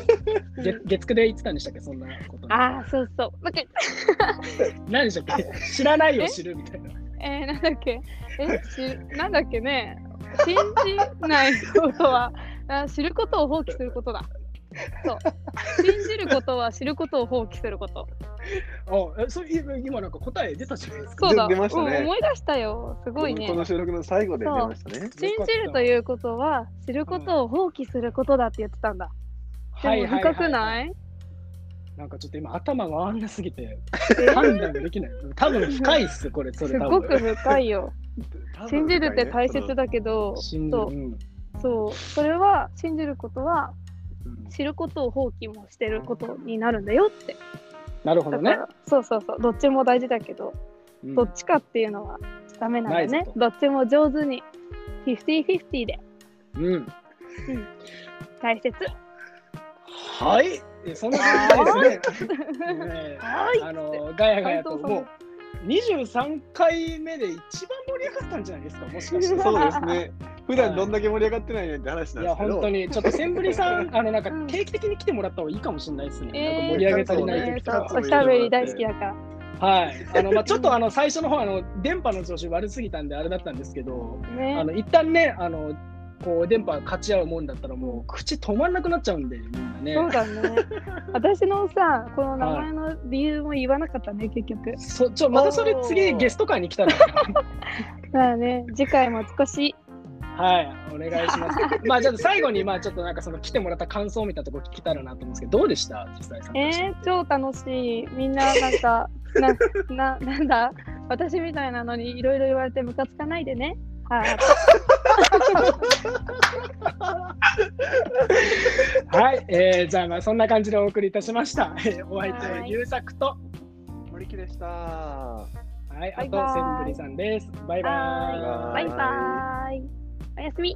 A: 月月9で言ってたんでしたっけ、そんなこと。
D: ああそうそう。なんか
A: 何でしたっけ、知らないを知るみたいな。
D: えー、なんだっけえしなんだっけね信じないことはあ知ることを放棄することだ。そう信じることは知ることを放棄すること。
A: あ、えそうい今なんか答え出たじゃないですか。
D: そうだ。
B: 出ましたね
D: うん思い出したよ。すごいね
B: こ。の収録の最後で出ましたね。
D: 信じるということは知ることを放棄することだって言ってたんだ。でも深くない
A: なんかちょっと今頭が回んなすぎて判断ができない。多分深いっす、これ、それ
D: す
A: 多
D: ご
A: 分。
D: く深い [LAUGHS] よ。信じるって大切だけど、
A: 信じる。
D: そ
A: うん
D: うそうそれは信じることは
A: うん
D: 知ることを放棄もしてることになるんだよって。
A: なるほ
D: だか
A: どね。
D: らそうそうそうどっちも大事だけど、
A: うん
D: どっちかっていうのはダメなんだ
A: ない
D: ね
A: ぞ。と
D: どっちも上手に50-50で
A: うん。
D: 大切。
A: はい。えそんな感じですね。ねえ
D: [LAUGHS] はい
A: あのガヤガヤと
D: 斉藤さん
A: もう23回目で一番盛り上がったんじゃないですか。もしかして。
B: そうですね。普段どんだけ盛り上がってないねんって話なん
A: い
B: で
A: や
B: すけど。
A: 本当にちょっとセンブリさ
D: [LAUGHS]
A: んあのなんか
D: うん
A: 定期的に来てもらった方がいいかもしれないですね。
D: え
A: なん
D: ー
A: か盛り上げ足りない
D: ね
A: 時と
D: そ
A: か
D: うおしゃべり大好きだから。
A: はい。あのまあちょっとあの最初の方あの電波の調子悪すぎたんであれだったんですけど、あ
D: ね。
A: の一旦ねあのこう電波勝ち合うもんだったらもう口止まんなくなっちゃうんでみんなね。
D: そう [LAUGHS] だね。私のさ、この名前の理由も言わなかったね、結局。
A: そちょまたそれ次ゲスト会に来たら [LAUGHS] は
D: だからね、次回も少し。
A: いお願いします。まあちょっと最後にまあちょっとなんかその来てもらった感想みたいなとこ聞けたらなと思うんですけどどうでした実際参
D: え
A: 加してみ
D: ー、
A: て。
D: 超楽しい。みんな、なんか、 [LAUGHS] な、な、なんだ、私みたいなのにいろいろ言われてムカつかないでね。はい。
A: はい、えー、じゃあまあそんな感じでお送りいたしました。えーお相手は
D: はい
A: 優作と、
B: 森木でした。
A: はい、あ
D: バイバ
A: と
D: イ
A: センブリさんです。バイバ
D: は
A: イ
D: バイバーイ。おやすみ。